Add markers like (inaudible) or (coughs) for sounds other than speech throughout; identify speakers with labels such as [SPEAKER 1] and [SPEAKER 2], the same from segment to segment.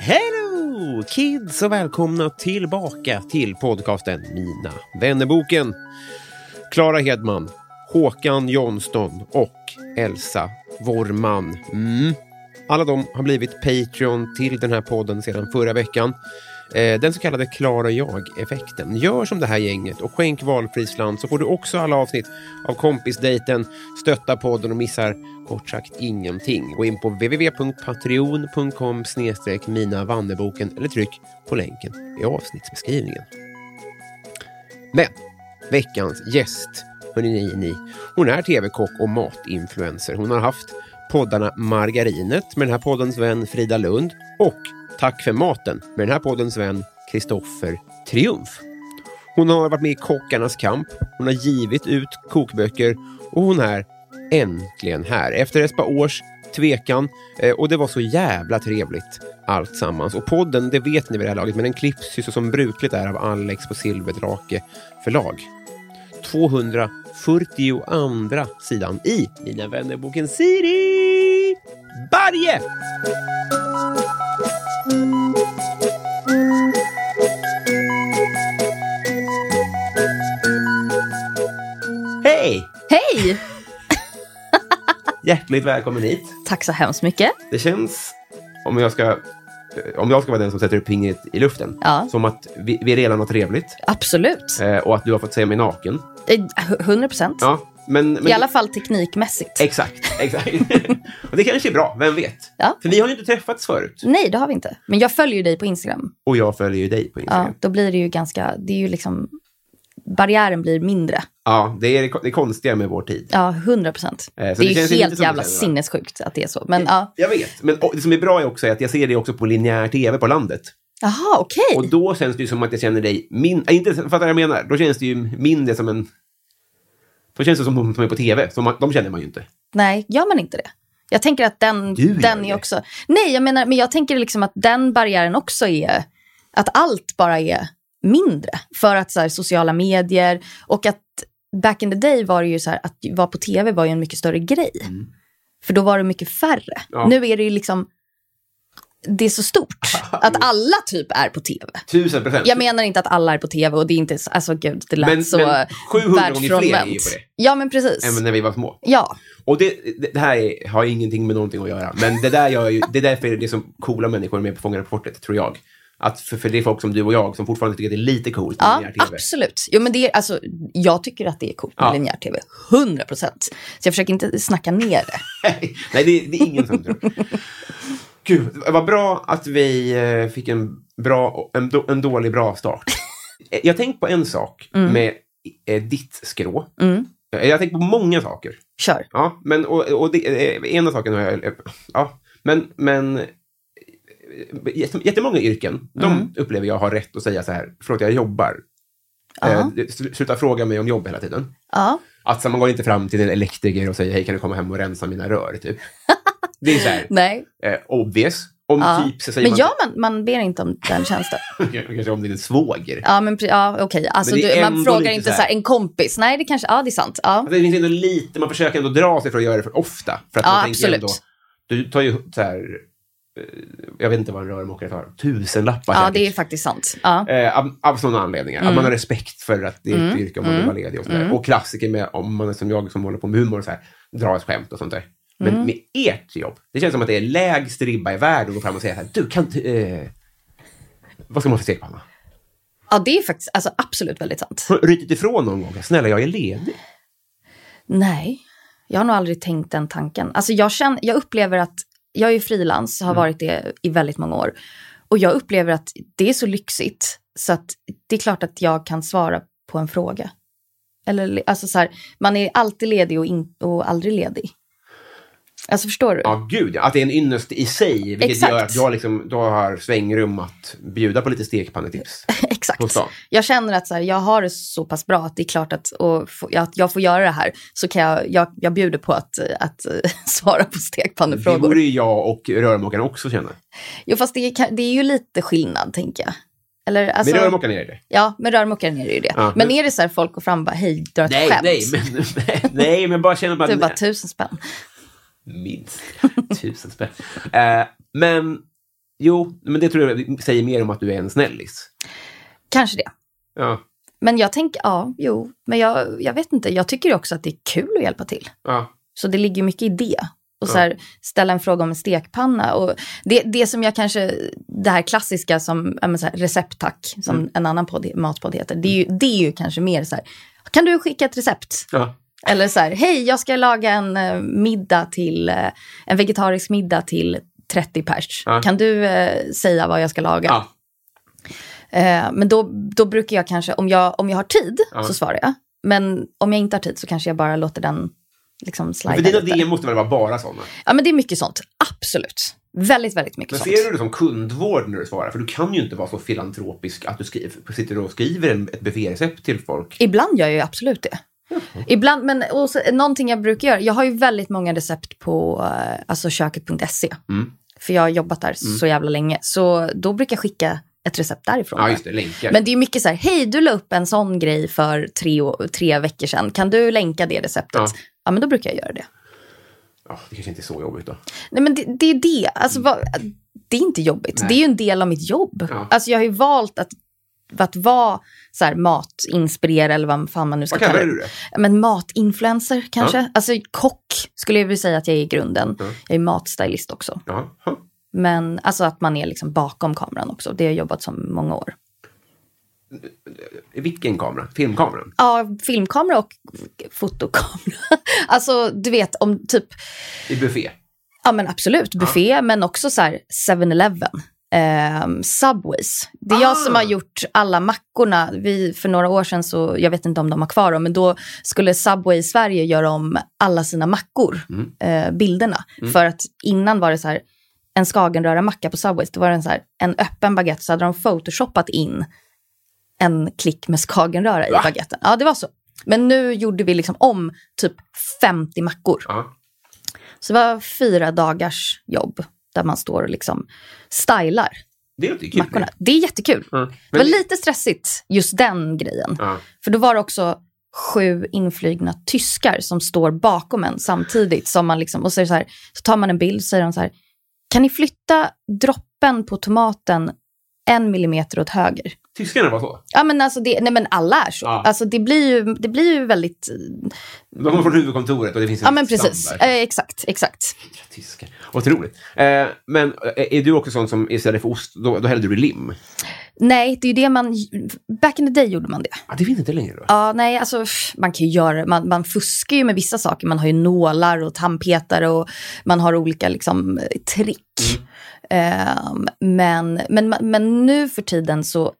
[SPEAKER 1] Hello kids och välkomna tillbaka till podcasten Mina vännerboken. Klara Hedman, Håkan Johnston och Elsa Vorman. Mm. Alla de har blivit Patreon till den här podden sedan förra veckan. Eh, Den så kallade Klara jag-effekten. Gör som det här gänget och skänk valfri slant så får du också alla avsnitt av kompisdejten, stötta podden och missar kort sagt ingenting. Gå in på www.patreon.com minavannerboken eller tryck på länken i avsnittsbeskrivningen. Men veckans gäst, hörni ni, ni, hon är tv-kock och matinfluencer. Hon har haft poddarna Margarinet med den här poddens vän Frida Lund och Tack för maten med den här poddens vän Kristoffer Triumf. Hon har varit med i Kockarnas kamp, hon har givit ut kokböcker och hon är äntligen här efter ett par års tvekan eh, och det var så jävla trevligt alltsammans. Och podden, det vet ni vid det här laget, men den klipps ju så som brukligt är av Alex på Silverdrake förlag. 242 sidan i Mina vännerboken Siri Barje! Hej!
[SPEAKER 2] Hej!
[SPEAKER 1] Hjärtligt välkommen hit.
[SPEAKER 2] Tack så hemskt mycket.
[SPEAKER 1] Det känns, om jag ska, eh, om jag ska vara den som sätter upp fingret i luften,
[SPEAKER 2] Ja.
[SPEAKER 1] som att vi, vi redan har trevligt
[SPEAKER 2] Absolut.
[SPEAKER 1] eh, och att du har fått säga mig naken.
[SPEAKER 2] Eh, hu- 100 procent.
[SPEAKER 1] Ja, men, men
[SPEAKER 2] I alla fall teknikmässigt.
[SPEAKER 1] Exakt, exakt. (laughs) och det kanske är bra, vem vet?
[SPEAKER 2] Ja. Mm.
[SPEAKER 1] För vi har ju inte träffats förut.
[SPEAKER 2] Nej, det har vi inte. Men jag följer ju dig på Instagram.
[SPEAKER 1] Och jag följer ju dig på Instagram.
[SPEAKER 2] Ja, då blir det ju ganska... Det är ju liksom... Barriären blir mindre.
[SPEAKER 1] Ja, det är det, det konstiga med vår tid.
[SPEAKER 2] Ja, 100 procent.
[SPEAKER 1] Eh, så
[SPEAKER 2] det
[SPEAKER 1] det
[SPEAKER 2] är
[SPEAKER 1] känns
[SPEAKER 2] ju
[SPEAKER 1] ju
[SPEAKER 2] helt
[SPEAKER 1] inte som
[SPEAKER 2] jävla
[SPEAKER 1] det säger, va?
[SPEAKER 2] sinnessjukt att det är så. Men ja.
[SPEAKER 1] Jag vet, men och det som är bra är också att jag ser dig också på linjär tv på landet.
[SPEAKER 2] Jaha, okej.
[SPEAKER 1] Och då känns det ju som att jag känner dig mindre, inte fattar vad jag menar, då känns det ju mindre som en... Då känns det som de som är på tv, som man, de känner man ju inte.
[SPEAKER 2] Nej, gör man inte det? Jag tänker att den,
[SPEAKER 1] Du gör
[SPEAKER 2] den
[SPEAKER 1] det.
[SPEAKER 2] är också... Nej, jag menar, men jag tänker liksom att den barriären också är att allt bara är mindre. För att så här, sociala medier och att back in the day var det ju så här att vara på tv var ju en mycket större grej.
[SPEAKER 1] Mm.
[SPEAKER 2] För då var det mycket färre.
[SPEAKER 1] Ja.
[SPEAKER 2] Nu är det ju liksom... Det är
[SPEAKER 1] (laughs)
[SPEAKER 2] så stort att alla typ är på tv.
[SPEAKER 1] Tusen procent.
[SPEAKER 2] Jag menar inte att alla är på tv och det är inte... så- Alltså gud, det lät
[SPEAKER 1] Men-
[SPEAKER 2] så
[SPEAKER 1] men 700 gånger
[SPEAKER 2] världsfrånvänt.
[SPEAKER 1] fler är ju på det.
[SPEAKER 2] Ja, men precis.
[SPEAKER 1] Även när vi var små.
[SPEAKER 2] Ja,
[SPEAKER 1] Och det, det, det här är, har ingenting med någonting att göra, men det där gör ju, det är därför det är som coola människor är med på Fångarna på fortet, tror jag. Att för, för det är folk som du och jag som fortfarande tycker att det är lite coolt med
[SPEAKER 2] Ja,
[SPEAKER 1] linjär tv.
[SPEAKER 2] absolut. Jo, men det är, alltså, jag tycker att det är coolt med
[SPEAKER 1] Ja.
[SPEAKER 2] linjär tv. 100 procent. Så jag försöker inte snacka ner det.
[SPEAKER 1] Nej, det, är- det är ingen som tror. Gud, vad bra att vi eh, fick en, bra, en, då, en dålig bra start. Eh, Jag tänkt på en sak
[SPEAKER 2] Mm.
[SPEAKER 1] med eh, ditt skrå. Eh, Jag har tänkt på många saker.
[SPEAKER 2] Kör.
[SPEAKER 1] Ja, men och, och det, eh, ena saken har jag... eh, Ja, men, men eh, jätte- jättemånga yrken, de
[SPEAKER 2] Mm.
[SPEAKER 1] upplever jag har rätt att säga så här, förlåt, jag jobbar. Eh, sl- sluta fråga mig om jobb hela tiden.
[SPEAKER 2] Ja.
[SPEAKER 1] Att så man går inte fram till en elektriker och säger hej, kan du komma hem och rensa mina rör?
[SPEAKER 2] (laughs)
[SPEAKER 1] Typ. Det är så här,
[SPEAKER 2] Nej.
[SPEAKER 1] eh, obvious. Om
[SPEAKER 2] Ja.
[SPEAKER 1] typ så säger
[SPEAKER 2] Men
[SPEAKER 1] (laughs) man,
[SPEAKER 2] ja, man, man ber inte om den tjänsten.
[SPEAKER 1] kanske om det är din svåger.
[SPEAKER 2] Ja, men pre- ja, okej. Alltså,
[SPEAKER 1] Men det är
[SPEAKER 2] du, man
[SPEAKER 1] ändå
[SPEAKER 2] frågar
[SPEAKER 1] lite
[SPEAKER 2] inte
[SPEAKER 1] så
[SPEAKER 2] så
[SPEAKER 1] här-
[SPEAKER 2] här, en kompis. Nej, det kanske, ja det är sant. Ja,
[SPEAKER 1] Alltså, det finns ändå lite, man försöker ändå dra sig för att göra det för ofta. För att
[SPEAKER 2] Ja,
[SPEAKER 1] man tänker
[SPEAKER 2] absolut.
[SPEAKER 1] ändå, du tar ju så här, eh, jag vet inte vad en rörmokare tar, tusenlappar
[SPEAKER 2] Ja,
[SPEAKER 1] säkert.
[SPEAKER 2] det är Mm. faktiskt sant. Ja.
[SPEAKER 1] Eh, av, av sådana anledningar. Att man har respekt för att det är
[SPEAKER 2] Mm.
[SPEAKER 1] ett yrke om man vill vara ledig. Och, sådär. och klassiker med, om man är som jag som håller på med humor, och så här, dra ett skämt och sånt där. Men
[SPEAKER 2] Mm.
[SPEAKER 1] med ert jobb, det känns som att det är lägst ribba i världen att gå fram och säga så här, du kan inte... Eh, vad ska man för stekpanna?
[SPEAKER 2] ja, det är faktiskt alltså, absolut väldigt sant.
[SPEAKER 1] Har du Rytit ifrån någon gång? Snälla, jag är ledig.
[SPEAKER 2] Nej, jag har nog aldrig tänkt den tanken. Alltså, jag, känner, jag upplever att, jag är ju frilans, har varit det i väldigt många år. Och jag upplever att det är så lyxigt, så att det är klart att jag kan svara på en fråga. Eller, alltså så här, man är alltid ledig och, in, och aldrig ledig. Alltså förstår du?
[SPEAKER 1] Ja, gud ja. Att det är en ynnest i sig, vilket
[SPEAKER 2] Exakt.
[SPEAKER 1] gör att jag, liksom, då har svängrum att bjuda på lite stekpannetips. på
[SPEAKER 2] (laughs) Exakt.
[SPEAKER 1] stan.
[SPEAKER 2] Jag känner att så här, jag har det så pass bra att det är klart att, och, få- att jag får göra det här. Så kan jag, jag, jag bjuder på att, att (laughs) eh, svara på
[SPEAKER 1] Det
[SPEAKER 2] stekpannefrågor.
[SPEAKER 1] borde ju jag och rörmokaren också känna.
[SPEAKER 2] Jo, fast det, kan- det är ju lite skillnad, tänker jag. Eller, alltså,
[SPEAKER 1] men rörmokaren är det.
[SPEAKER 2] Ja, med rörmokaren är det ju det.
[SPEAKER 1] Ja.
[SPEAKER 2] Men är det så här folk går fram och bara, hej, dra ett
[SPEAKER 1] Nej,
[SPEAKER 2] skämt.
[SPEAKER 1] nej (laughs) men, nej, men bara känna bara...
[SPEAKER 2] Du bara, tusen spänn.
[SPEAKER 1] minst tusen spänn. Eh, men jo, men det tror jag säger mer om att du är en snällis.
[SPEAKER 2] Kanske det.
[SPEAKER 1] Ja,
[SPEAKER 2] Men jag tänker, ja, jo, men jag, jag vet inte. Jag tycker också att det är kul att hjälpa till.
[SPEAKER 1] ja.
[SPEAKER 2] Så det ligger mycket i det. Och så
[SPEAKER 1] Ja.
[SPEAKER 2] här, ställa en fråga om en stekpanna. Och det, det som jag kanske, det här klassiska som ja, men så här, recept tack, som
[SPEAKER 1] Mm.
[SPEAKER 2] en annan podd, matpodd heter, det är, ju, det är ju kanske mer så här, kan du skicka ett recept?
[SPEAKER 1] ja.
[SPEAKER 2] Eller så här, hej, jag ska laga en eh, middag till, eh, en vegetarisk middag till 30 pers.
[SPEAKER 1] Ja.
[SPEAKER 2] Kan du eh, säga vad jag ska laga?
[SPEAKER 1] ja.
[SPEAKER 2] Eh, men då, då brukar jag kanske, om jag, om jag har tid
[SPEAKER 1] Ja.
[SPEAKER 2] så svarar jag. Men om jag inte har tid så kanske jag bara låter den liksom slida
[SPEAKER 1] För dina
[SPEAKER 2] lite.
[SPEAKER 1] DM måste väl vara bara sådana?
[SPEAKER 2] Ja, men det är mycket sånt. Absolut. Väldigt, väldigt mycket
[SPEAKER 1] Men
[SPEAKER 2] sånt.
[SPEAKER 1] ser du det som kundvård när du svarar? För du kan ju inte vara så filantropisk att du skriver, sitter och skriver en, ett bufférecept till folk.
[SPEAKER 2] Ibland gör jag ju absolut det. Ibland, men och så, någonting jag brukar göra, jag har ju väldigt många recept på eh, alltså köket.se.
[SPEAKER 1] Mm.
[SPEAKER 2] För jag har jobbat där så jävla länge. Så då brukar jag skicka ett recept därifrån.
[SPEAKER 1] Ja, just det, länkar.
[SPEAKER 2] Men det är ju mycket så här, hej du la upp en sån grej för tre, å- tre veckor sedan, kan du länka det receptet?
[SPEAKER 1] Ja.
[SPEAKER 2] Ja. men då brukar jag göra det.
[SPEAKER 1] Ja, det kanske inte är så jobbigt då.
[SPEAKER 2] Nej men det, det är det, alltså, vad, det är inte jobbigt, det är ju en del av mitt jobb.
[SPEAKER 1] Mm. Ja.
[SPEAKER 2] Alltså jag har ju valt att, att vara så här, matinspirerad eller vad fan man nu ska
[SPEAKER 1] Vad kallar
[SPEAKER 2] kalla det.
[SPEAKER 1] du det?
[SPEAKER 2] Ja, Men matinfluencer kanske? Alltså kock skulle jag vilja säga att jag är i grunden. Jag är matstylist också.
[SPEAKER 1] Ja. ja.
[SPEAKER 2] Men alltså att man är liksom bakom kameran också. Det har jag jobbat som många år.
[SPEAKER 1] Vilken kamera? Filmkameran?
[SPEAKER 2] Ja, filmkamera och fotokamera. (laughs) alltså du vet om typ,
[SPEAKER 1] I buffé?
[SPEAKER 2] ja men absolut buffé men också så här 7-Eleven. ehm, Subways. Det är jag som har gjort alla mackorna. Vi, för några år sedan, så, jag vet inte om de har kvar dem, men då skulle Subway i Sverige göra om alla sina mackor, eh, bilderna. För att innan var det så här, en Skagenröra-macka på Subways, det var en, så här, en öppen baguette, så hade de photoshoppat in en klick med Skagenröra i baguetten. Ja, det var så. Men nu gjorde vi liksom om typ 50 mackor.
[SPEAKER 1] Ja.
[SPEAKER 2] Så det var fyra dagars jobb där man står och liksom stylar
[SPEAKER 1] Det låter ju kul.
[SPEAKER 2] mackorna. Det är jättekul.
[SPEAKER 1] Ja.
[SPEAKER 2] Det var lite stressigt, just den grejen.
[SPEAKER 1] Ja.
[SPEAKER 2] För då var det också sju inflygna tyskar som står bakom en samtidigt. Som man liksom, och så, är det så, här, så tar man en bild och säger de så här, kan ni flytta droppen på tomaten en millimeter åt höger?
[SPEAKER 1] Tyskarna var så.
[SPEAKER 2] Ja, men alltså det, nej, men alla är så.
[SPEAKER 1] Ja.
[SPEAKER 2] Alltså det, blir ju, det blir ju väldigt...
[SPEAKER 1] De kommer från huvudkontoret och det finns en
[SPEAKER 2] Ja, men precis.
[SPEAKER 1] standard.
[SPEAKER 2] Eh, exakt, exakt.
[SPEAKER 1] Tyskar. Otroligt. Eh, men eh, är du också sån som istället för ost, då, då hällde du i lim?
[SPEAKER 2] Nej, det är ju det man... Back in the day gjorde man det.
[SPEAKER 1] Ah, det finns inte längre då?
[SPEAKER 2] Ja, nej, alltså pff, man kan ju göra man, man fuskar ju med vissa saker. Man har ju nålar och tandpetare och man har olika liksom trick. Ehm, men, men, men nu för tiden så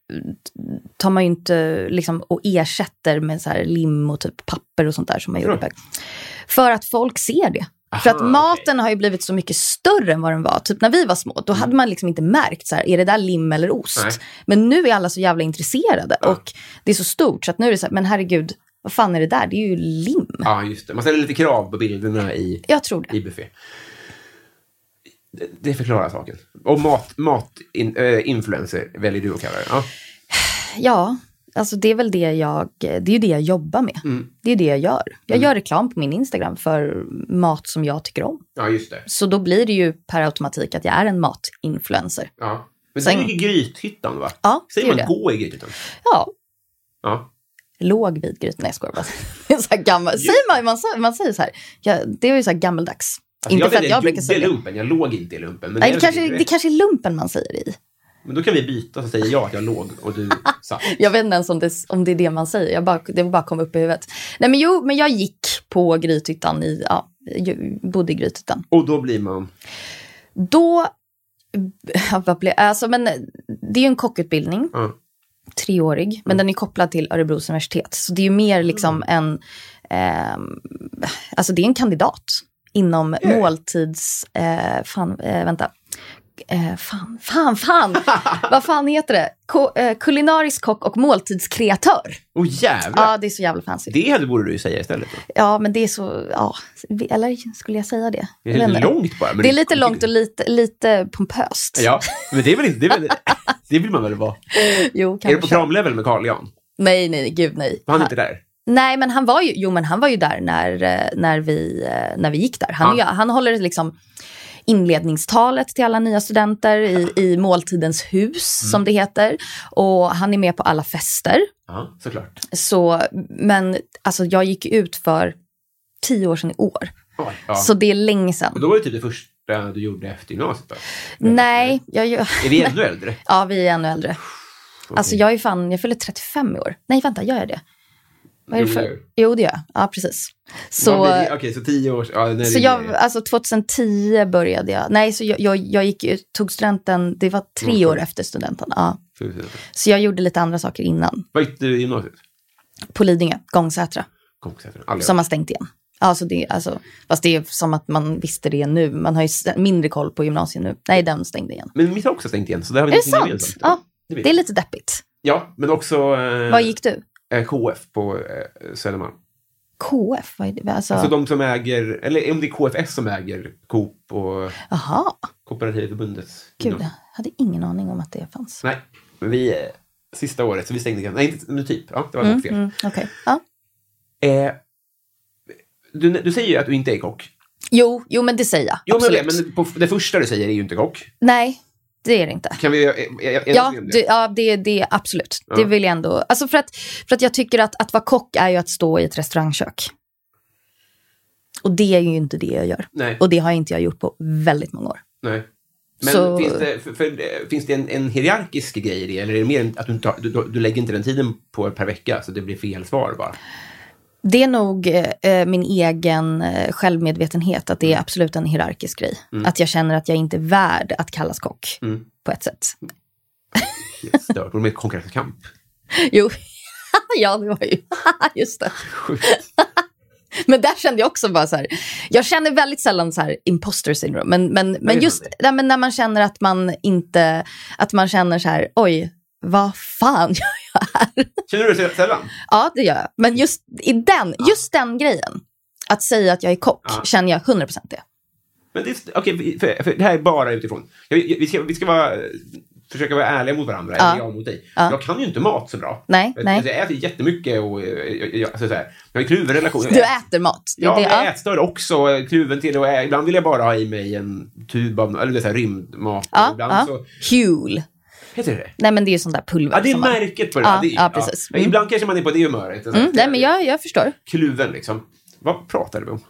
[SPEAKER 2] tar man ju inte liksom och ersätter med så här lim och typ papper och sånt där som man gjorde förr. För att folk ser det. För att maten har ju blivit så mycket större än vad den var. Typ när vi var små, då hade man liksom inte märkt så här, är det där lim eller ost?
[SPEAKER 1] Nej.
[SPEAKER 2] Men nu är alla så jävla intresserade och det är så stort så att nu är det så här, men herregud, vad fan är det där? Det är ju lim.
[SPEAKER 1] Ja, just det. Man ställer lite krav på bilderna i,
[SPEAKER 2] Jag tror det.
[SPEAKER 1] i buffé. Det, det förklarar saken. Och mat, mat in, eh, influencer väljer du att kalla det. Ja.
[SPEAKER 2] Ja, alltså det är väl det jag, det är ju det jag jobbar med. Det är det jag gör. Jag gör reklam på min Instagram för mat som jag tycker om.
[SPEAKER 1] Ja, just det.
[SPEAKER 2] Så då blir det ju per automatik att jag är en matinfluencer.
[SPEAKER 1] Ja. Men
[SPEAKER 2] Sen-
[SPEAKER 1] det är ju Grythyttan, va?
[SPEAKER 2] Ja, det
[SPEAKER 1] Säger man
[SPEAKER 2] är det.
[SPEAKER 1] gå i Grythyttan?
[SPEAKER 2] Ja,
[SPEAKER 1] Ja.
[SPEAKER 2] låg vid grytan. Nej, jag skojar bara. (laughs) Det är så här gammal. Säger man, man, sa- man säger så här, ja, det är ju så här gammaldags.
[SPEAKER 1] Alltså,
[SPEAKER 2] inte för att Alltså, jag brukar säga
[SPEAKER 1] det.
[SPEAKER 2] det.
[SPEAKER 1] lumpen. Jag låg inte i lumpen. Men,
[SPEAKER 2] Nej,
[SPEAKER 1] är
[SPEAKER 2] det,
[SPEAKER 1] så
[SPEAKER 2] kanske,
[SPEAKER 1] det-
[SPEAKER 2] det kanske är lumpen man säger i.
[SPEAKER 1] men då kan vi byta, så säger jag att jag låg och
[SPEAKER 2] (laughs)
[SPEAKER 1] du satt.
[SPEAKER 2] Jag vet inte ens om det, om det är det man säger. Jag bara, det bara kom upp i huvudet. Nej, men jo, men jag gick på Grythyttan. I, ja, jag bodde i Grythyttan.
[SPEAKER 1] Och då blir man...
[SPEAKER 2] Då... (laughs) Vad blev, alltså, men det är ju en kockutbildning,
[SPEAKER 1] Ja.
[SPEAKER 2] treårig,
[SPEAKER 1] Mm.
[SPEAKER 2] men den är kopplad till Örebros universitet. Så det är ju mer liksom en... ehm, alltså det är en kandidat inom måltids... Eh, fan, eh, vänta. Eh, fan,
[SPEAKER 1] (laughs)
[SPEAKER 2] fan, fan! Vad fan heter det? Ko, eh, kulinarisk kock och måltidskreatör.
[SPEAKER 1] Åh jävlar!
[SPEAKER 2] Ja, det är så jävla fancy.
[SPEAKER 1] Det hade borde du ju säga istället. då.
[SPEAKER 2] Ja, men det är så... Ja, eller skulle jag säga det?
[SPEAKER 1] Det är
[SPEAKER 2] Jag vet
[SPEAKER 1] lite
[SPEAKER 2] inte.
[SPEAKER 1] långt bara. men
[SPEAKER 2] Det är lite långt och lite, lite pompöst.
[SPEAKER 1] Ja, men det är väl inte... Det, är
[SPEAKER 2] (laughs)
[SPEAKER 1] väl, det vill man väl vara?
[SPEAKER 2] Jo,
[SPEAKER 1] Är du på
[SPEAKER 2] kanske.
[SPEAKER 1] kramlevel med Carl Jan?
[SPEAKER 2] Nej, nej, gud nej.
[SPEAKER 1] Var han inte där?
[SPEAKER 2] Nej, men han var ju, jo, men han var ju där när, eh, när, vi, eh, när vi gick där. Han,
[SPEAKER 1] Ja.
[SPEAKER 2] är ju- han håller liksom inledningstalet till alla nya studenter i, i måltidens hus,
[SPEAKER 1] Mm.
[SPEAKER 2] som det heter. Och han är med på alla fester.
[SPEAKER 1] Ja, såklart.
[SPEAKER 2] Så, men alltså, jag gick ju ut för tio år sedan i år.
[SPEAKER 1] Oj, ja.
[SPEAKER 2] Så det är länge sedan.
[SPEAKER 1] Och då var det typ det första du gjorde efter gymnasiet då?
[SPEAKER 2] Nej, jag, gör-
[SPEAKER 1] Är vi ännu äldre?
[SPEAKER 2] ja, vi är ännu äldre. Alltså jag är fan, jag fyller 35 i år. Nej, vänta, gör jag det? Vad är det
[SPEAKER 1] Jo, det
[SPEAKER 2] för?
[SPEAKER 1] gör
[SPEAKER 2] Jo, det gör jag. Ja, precis.
[SPEAKER 1] Vad
[SPEAKER 2] Så,
[SPEAKER 1] blir det? Okej, så tio år... Ja, nej,
[SPEAKER 2] så
[SPEAKER 1] det-
[SPEAKER 2] jag, alltså 2010 började jag. Nej, så jag, jag, jag gick, ut- tog studenten, det var tre år efter studenten. Ja. Så jag gjorde lite andra saker innan.
[SPEAKER 1] Vad gick du i gymnasiet?
[SPEAKER 2] På Lidingö, Gångsätra,
[SPEAKER 1] Kompisar? Aldrig.
[SPEAKER 2] som har stängt igen. Alltså det, alltså, fast det är som att man visste det nu. Man har ju s- mindre koll på gymnasiet nu. Nej, den stängde igen.
[SPEAKER 1] Men mitt har också stängt igen, så det har vi
[SPEAKER 2] Är det
[SPEAKER 1] någonting
[SPEAKER 2] sant?
[SPEAKER 1] gemensamt.
[SPEAKER 2] Ja,
[SPEAKER 1] vet
[SPEAKER 2] det är lite deppigt.
[SPEAKER 1] Ja, men också eh,
[SPEAKER 2] Vad gick du?
[SPEAKER 1] eh, KF på eh, Södermalm.
[SPEAKER 2] KF? Vad är det? Alltså,
[SPEAKER 1] Alltså de som äger, eller om det är KFS som äger Coop och
[SPEAKER 2] aha.
[SPEAKER 1] Kooperativförbundet.
[SPEAKER 2] Gud, jag hade ingen aning om att det fanns.
[SPEAKER 1] Nej, men vi, eh, sista året, så vi stängde igen. Nej, inte, nu typ. Ja, det var mm, fel.
[SPEAKER 2] Mm, Okej. Ja.
[SPEAKER 1] Eh, du, du säger ju att du inte är kock.
[SPEAKER 2] Jo, jo, men det säger jag.
[SPEAKER 1] Jo, men,
[SPEAKER 2] Absolut.
[SPEAKER 1] men på, det första du säger är ju inte kock.
[SPEAKER 2] Nej, det är det inte.
[SPEAKER 1] Kan vi eh, eh, enas
[SPEAKER 2] Ja,
[SPEAKER 1] om
[SPEAKER 2] det, ja det, det, absolut.
[SPEAKER 1] Ja.
[SPEAKER 2] Det vill jag ändå... Alltså för, att, för att jag tycker att, att vara kock är ju att stå i ett restaurangkök. Och det är ju inte det jag gör.
[SPEAKER 1] Nej.
[SPEAKER 2] Och det har inte jag gjort på väldigt många år.
[SPEAKER 1] Nej. Men
[SPEAKER 2] Så-
[SPEAKER 1] finns det, för, för, eh, finns det en, en hierarkisk grej i det? Eller är det mer en- att du, inte har, du, du, du lägger inte den tiden på per vecka, så det blir fel svar bara?
[SPEAKER 2] Det är nog eh, min egen eh, självmedvetenhet, att det
[SPEAKER 1] Mm.
[SPEAKER 2] är absolut en hierarkisk grej. Att jag känner att jag inte är värd att kallas kock,
[SPEAKER 1] Mm.
[SPEAKER 2] på ett sätt.
[SPEAKER 1] Stört. Och med konkurrenskamp.
[SPEAKER 2] Jo, (laughs) ja det var ju, (laughs) just det. Men där kände jag också bara så här, jag känner väldigt sällan så här imposter syndrome, men, men, men
[SPEAKER 1] det
[SPEAKER 2] just
[SPEAKER 1] känner
[SPEAKER 2] nej, men när man känner att man inte, att man känner så här, oj, vad fan (laughs) gör jag här?
[SPEAKER 1] Känner du dig sällan?
[SPEAKER 2] Ja, det gör jag. Men just i den, just den grejen, att säga att jag är kock,
[SPEAKER 1] Ja.
[SPEAKER 2] känner jag 100% det.
[SPEAKER 1] Men det, är- okej, för, för det här är bara utifrån. Jag, jag, vi ska, vi ska vara, eh, försöka vara ärliga mot varandra,
[SPEAKER 2] Ja.
[SPEAKER 1] eller jag mot dig.
[SPEAKER 2] Ja.
[SPEAKER 1] Jag kan ju inte mat så bra.
[SPEAKER 2] Nej,
[SPEAKER 1] jag,
[SPEAKER 2] nej.
[SPEAKER 1] Alltså, jag äter jättemycket och eh, jag, jag, alltså, så här, jag har en kluven relation.
[SPEAKER 2] Du äter mat. Det är
[SPEAKER 1] Oh, Ja,
[SPEAKER 2] det,
[SPEAKER 1] jag är ätstörd också. eh, Kluven till och ä- Ibland vill jag bara ha i mig en tub av eller det är så här, rymdmat.
[SPEAKER 2] ja,
[SPEAKER 1] ibland
[SPEAKER 2] ja.
[SPEAKER 1] så...
[SPEAKER 2] Hul.
[SPEAKER 1] Heter det det?
[SPEAKER 2] Nej, men det är ju sånt där pulver.
[SPEAKER 1] Ja, det är
[SPEAKER 2] som man-
[SPEAKER 1] märket på det.
[SPEAKER 2] Ja,
[SPEAKER 1] det är,
[SPEAKER 2] ja, precis. Mm.
[SPEAKER 1] Ibland kanske man är på det humöret. Så här,
[SPEAKER 2] Mm, nej, men jag, jag förstår.
[SPEAKER 1] Kluven, liksom. Vad pratade vi om?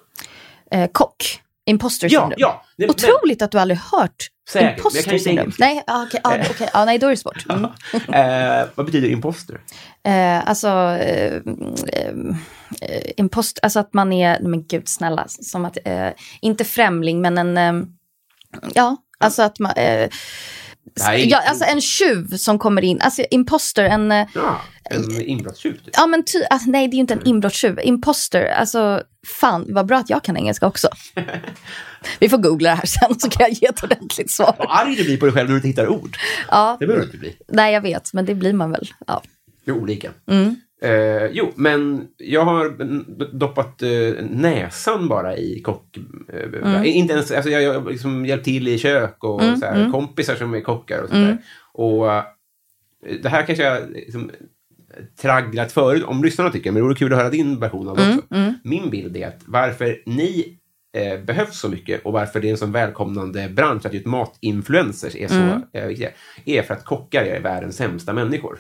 [SPEAKER 2] Eh, kock. Imposter
[SPEAKER 1] Ja,
[SPEAKER 2] syndrome.
[SPEAKER 1] ja. Nej, men-
[SPEAKER 2] Otroligt att du aldrig hört
[SPEAKER 1] Säkert, men jag kan
[SPEAKER 2] imposter
[SPEAKER 1] inte
[SPEAKER 2] syndrome.
[SPEAKER 1] engelska.
[SPEAKER 2] Nej, ah, okej, ah, okej, ah, nej, då är det svårt. Mm.
[SPEAKER 1] (laughs) eh, vad betyder imposter?
[SPEAKER 2] Eh, alltså, eh, eh, eh, impost, alltså att man är, nej, men gud snälla, som att, eh, inte främling men en, eh, ja, alltså att man, eh,
[SPEAKER 1] Det här är
[SPEAKER 2] ja,
[SPEAKER 1] inget
[SPEAKER 2] alltså en tjuv som kommer in, alltså imposter, en, eh,
[SPEAKER 1] Ja, en inbrottstjuv. Typ.
[SPEAKER 2] ja men ty, alltså, nej det är ju inte
[SPEAKER 1] Mm.
[SPEAKER 2] en inbrottstjuv, imposter, alltså fan vad bra att jag kan
[SPEAKER 1] (laughs)
[SPEAKER 2] engelska också. Vi får googla det här sen så kan jag ge ett ordentligt svar.
[SPEAKER 1] Vad arg du blir på dig själv när du inte hittar ord.
[SPEAKER 2] Ja,
[SPEAKER 1] Det behöver du inte bli.
[SPEAKER 2] nej jag vet, men det blir man väl. Ja.
[SPEAKER 1] Det är olika. Eh, jo, men jag har mm, doppat eh, näsan bara i kock... eh,
[SPEAKER 2] Mm.
[SPEAKER 1] Inte ens, alltså jag har liksom hjälpt till i kök och så
[SPEAKER 2] mm.
[SPEAKER 1] här, kompisar som är kockar och sådär. Och eh, det här kanske jag liksom, tragglat förut om lyssnarna tycker, men det vore kul att höra din version av det
[SPEAKER 2] Mm,
[SPEAKER 1] också. Min bild är att varför ni eh, behövs så mycket och varför det är en sån välkomnande bransch att just matinfluencers är så
[SPEAKER 2] Mm.
[SPEAKER 1] eh, viktiga, är för att kockar är världens sämsta
[SPEAKER 2] (laughs)
[SPEAKER 1] människor.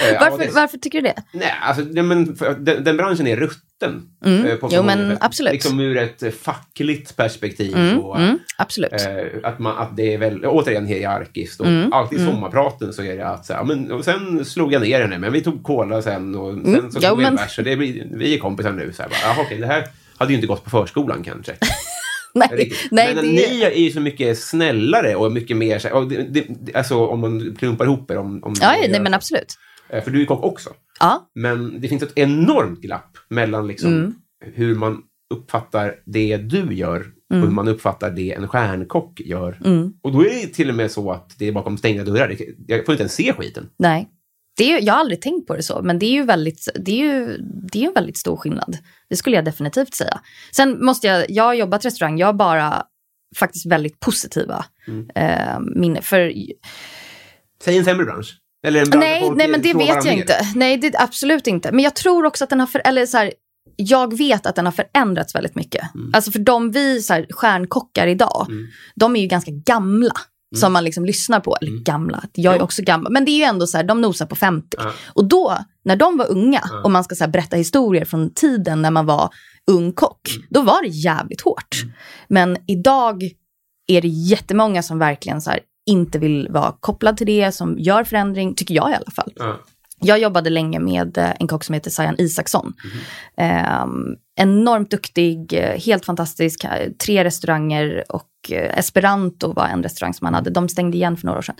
[SPEAKER 1] Eh, ja,
[SPEAKER 2] Varför,
[SPEAKER 1] det-
[SPEAKER 2] varför tycker du det?
[SPEAKER 1] Nej, alltså, nej, men för, den, den branschen är rutten.
[SPEAKER 2] Mm.
[SPEAKER 1] eh, på
[SPEAKER 2] Jo, men
[SPEAKER 1] många sätt.
[SPEAKER 2] absolut.
[SPEAKER 1] Liksom ur ett eh, fackligt perspektiv. och,
[SPEAKER 2] Mm, absolut.
[SPEAKER 1] Eh, att, man, att det är väl, återigen hierarkiskt. Och
[SPEAKER 2] Mm,
[SPEAKER 1] alltid i sommarpraten så är det att så här, men, och sen slog jag ner henne, men vi tog cola sen och sen så
[SPEAKER 2] Mm. ja,
[SPEAKER 1] tog vi en
[SPEAKER 2] men-
[SPEAKER 1] bärs. och det blir- Vi är kompisar nu. Så här, bara, "Jaha, okej, det här hade ju inte gått på förskolan
[SPEAKER 2] (laughs)
[SPEAKER 1] kanske.
[SPEAKER 2] nej,
[SPEAKER 1] Riktigt.
[SPEAKER 2] nej,
[SPEAKER 1] men
[SPEAKER 2] det,
[SPEAKER 1] ni är ju så mycket snällare och mycket mer... så här- Och det, det, alltså om man klumpar ihop er. Om, om
[SPEAKER 2] ja, ja, nej, men absolut.
[SPEAKER 1] Eh, För du är kock också.
[SPEAKER 2] Ja,
[SPEAKER 1] Men det finns ett enormt glapp mellan liksom
[SPEAKER 2] Mm.
[SPEAKER 1] hur man uppfattar det du gör och
[SPEAKER 2] Mm.
[SPEAKER 1] hur man uppfattar det en stjärnkock gör. Och då är det till och med så att det är bakom stängda dörrar. Det- Jag får inte ens se skiten.
[SPEAKER 2] nej. Det är, ju- jag har aldrig tänkt på det så, men det är ju väldigt, det är ju, det är ju en väldigt stor skillnad. Det skulle jag definitivt säga. Sen måste jag, jag har jobbat restaurang, jag har bara faktiskt väldigt positiva
[SPEAKER 1] Mm.
[SPEAKER 2] eh, minnen. För
[SPEAKER 1] Säg en sämre bransch. Eller en bransch där
[SPEAKER 2] Nej,
[SPEAKER 1] folk
[SPEAKER 2] nej, men det
[SPEAKER 1] slår
[SPEAKER 2] vet
[SPEAKER 1] varandra
[SPEAKER 2] jag
[SPEAKER 1] ner.
[SPEAKER 2] inte. Nej, det, absolut inte. Men jag tror också att den har, för, eller så här, jag vet att den har förändrats väldigt mycket.
[SPEAKER 1] Mm.
[SPEAKER 2] Alltså för de vi så här, stjärnkockar idag, de är ju ganska gamla.
[SPEAKER 1] Mm.
[SPEAKER 2] Som man liksom lyssnar på. Eller gamla, jag är också gammal. Men det är ju ändå så här, de nosar på 50. Och då, när de var unga och man ska så här, berätta historier från tiden när man var ung kock, då var det jävligt hårt. Men idag är det jättemånga som verkligen så här, inte vill vara kopplad till det, som gör förändring, tycker jag i alla fall.
[SPEAKER 1] Ja.
[SPEAKER 2] Jag jobbade länge med eh, en kock som heter Sajan Isaksson. Ehm, enormt duktig, eh, helt fantastisk, eh, tre restauranger och eh, Esperanto var en restaurang som han hade. De stängde igen för några år sedan.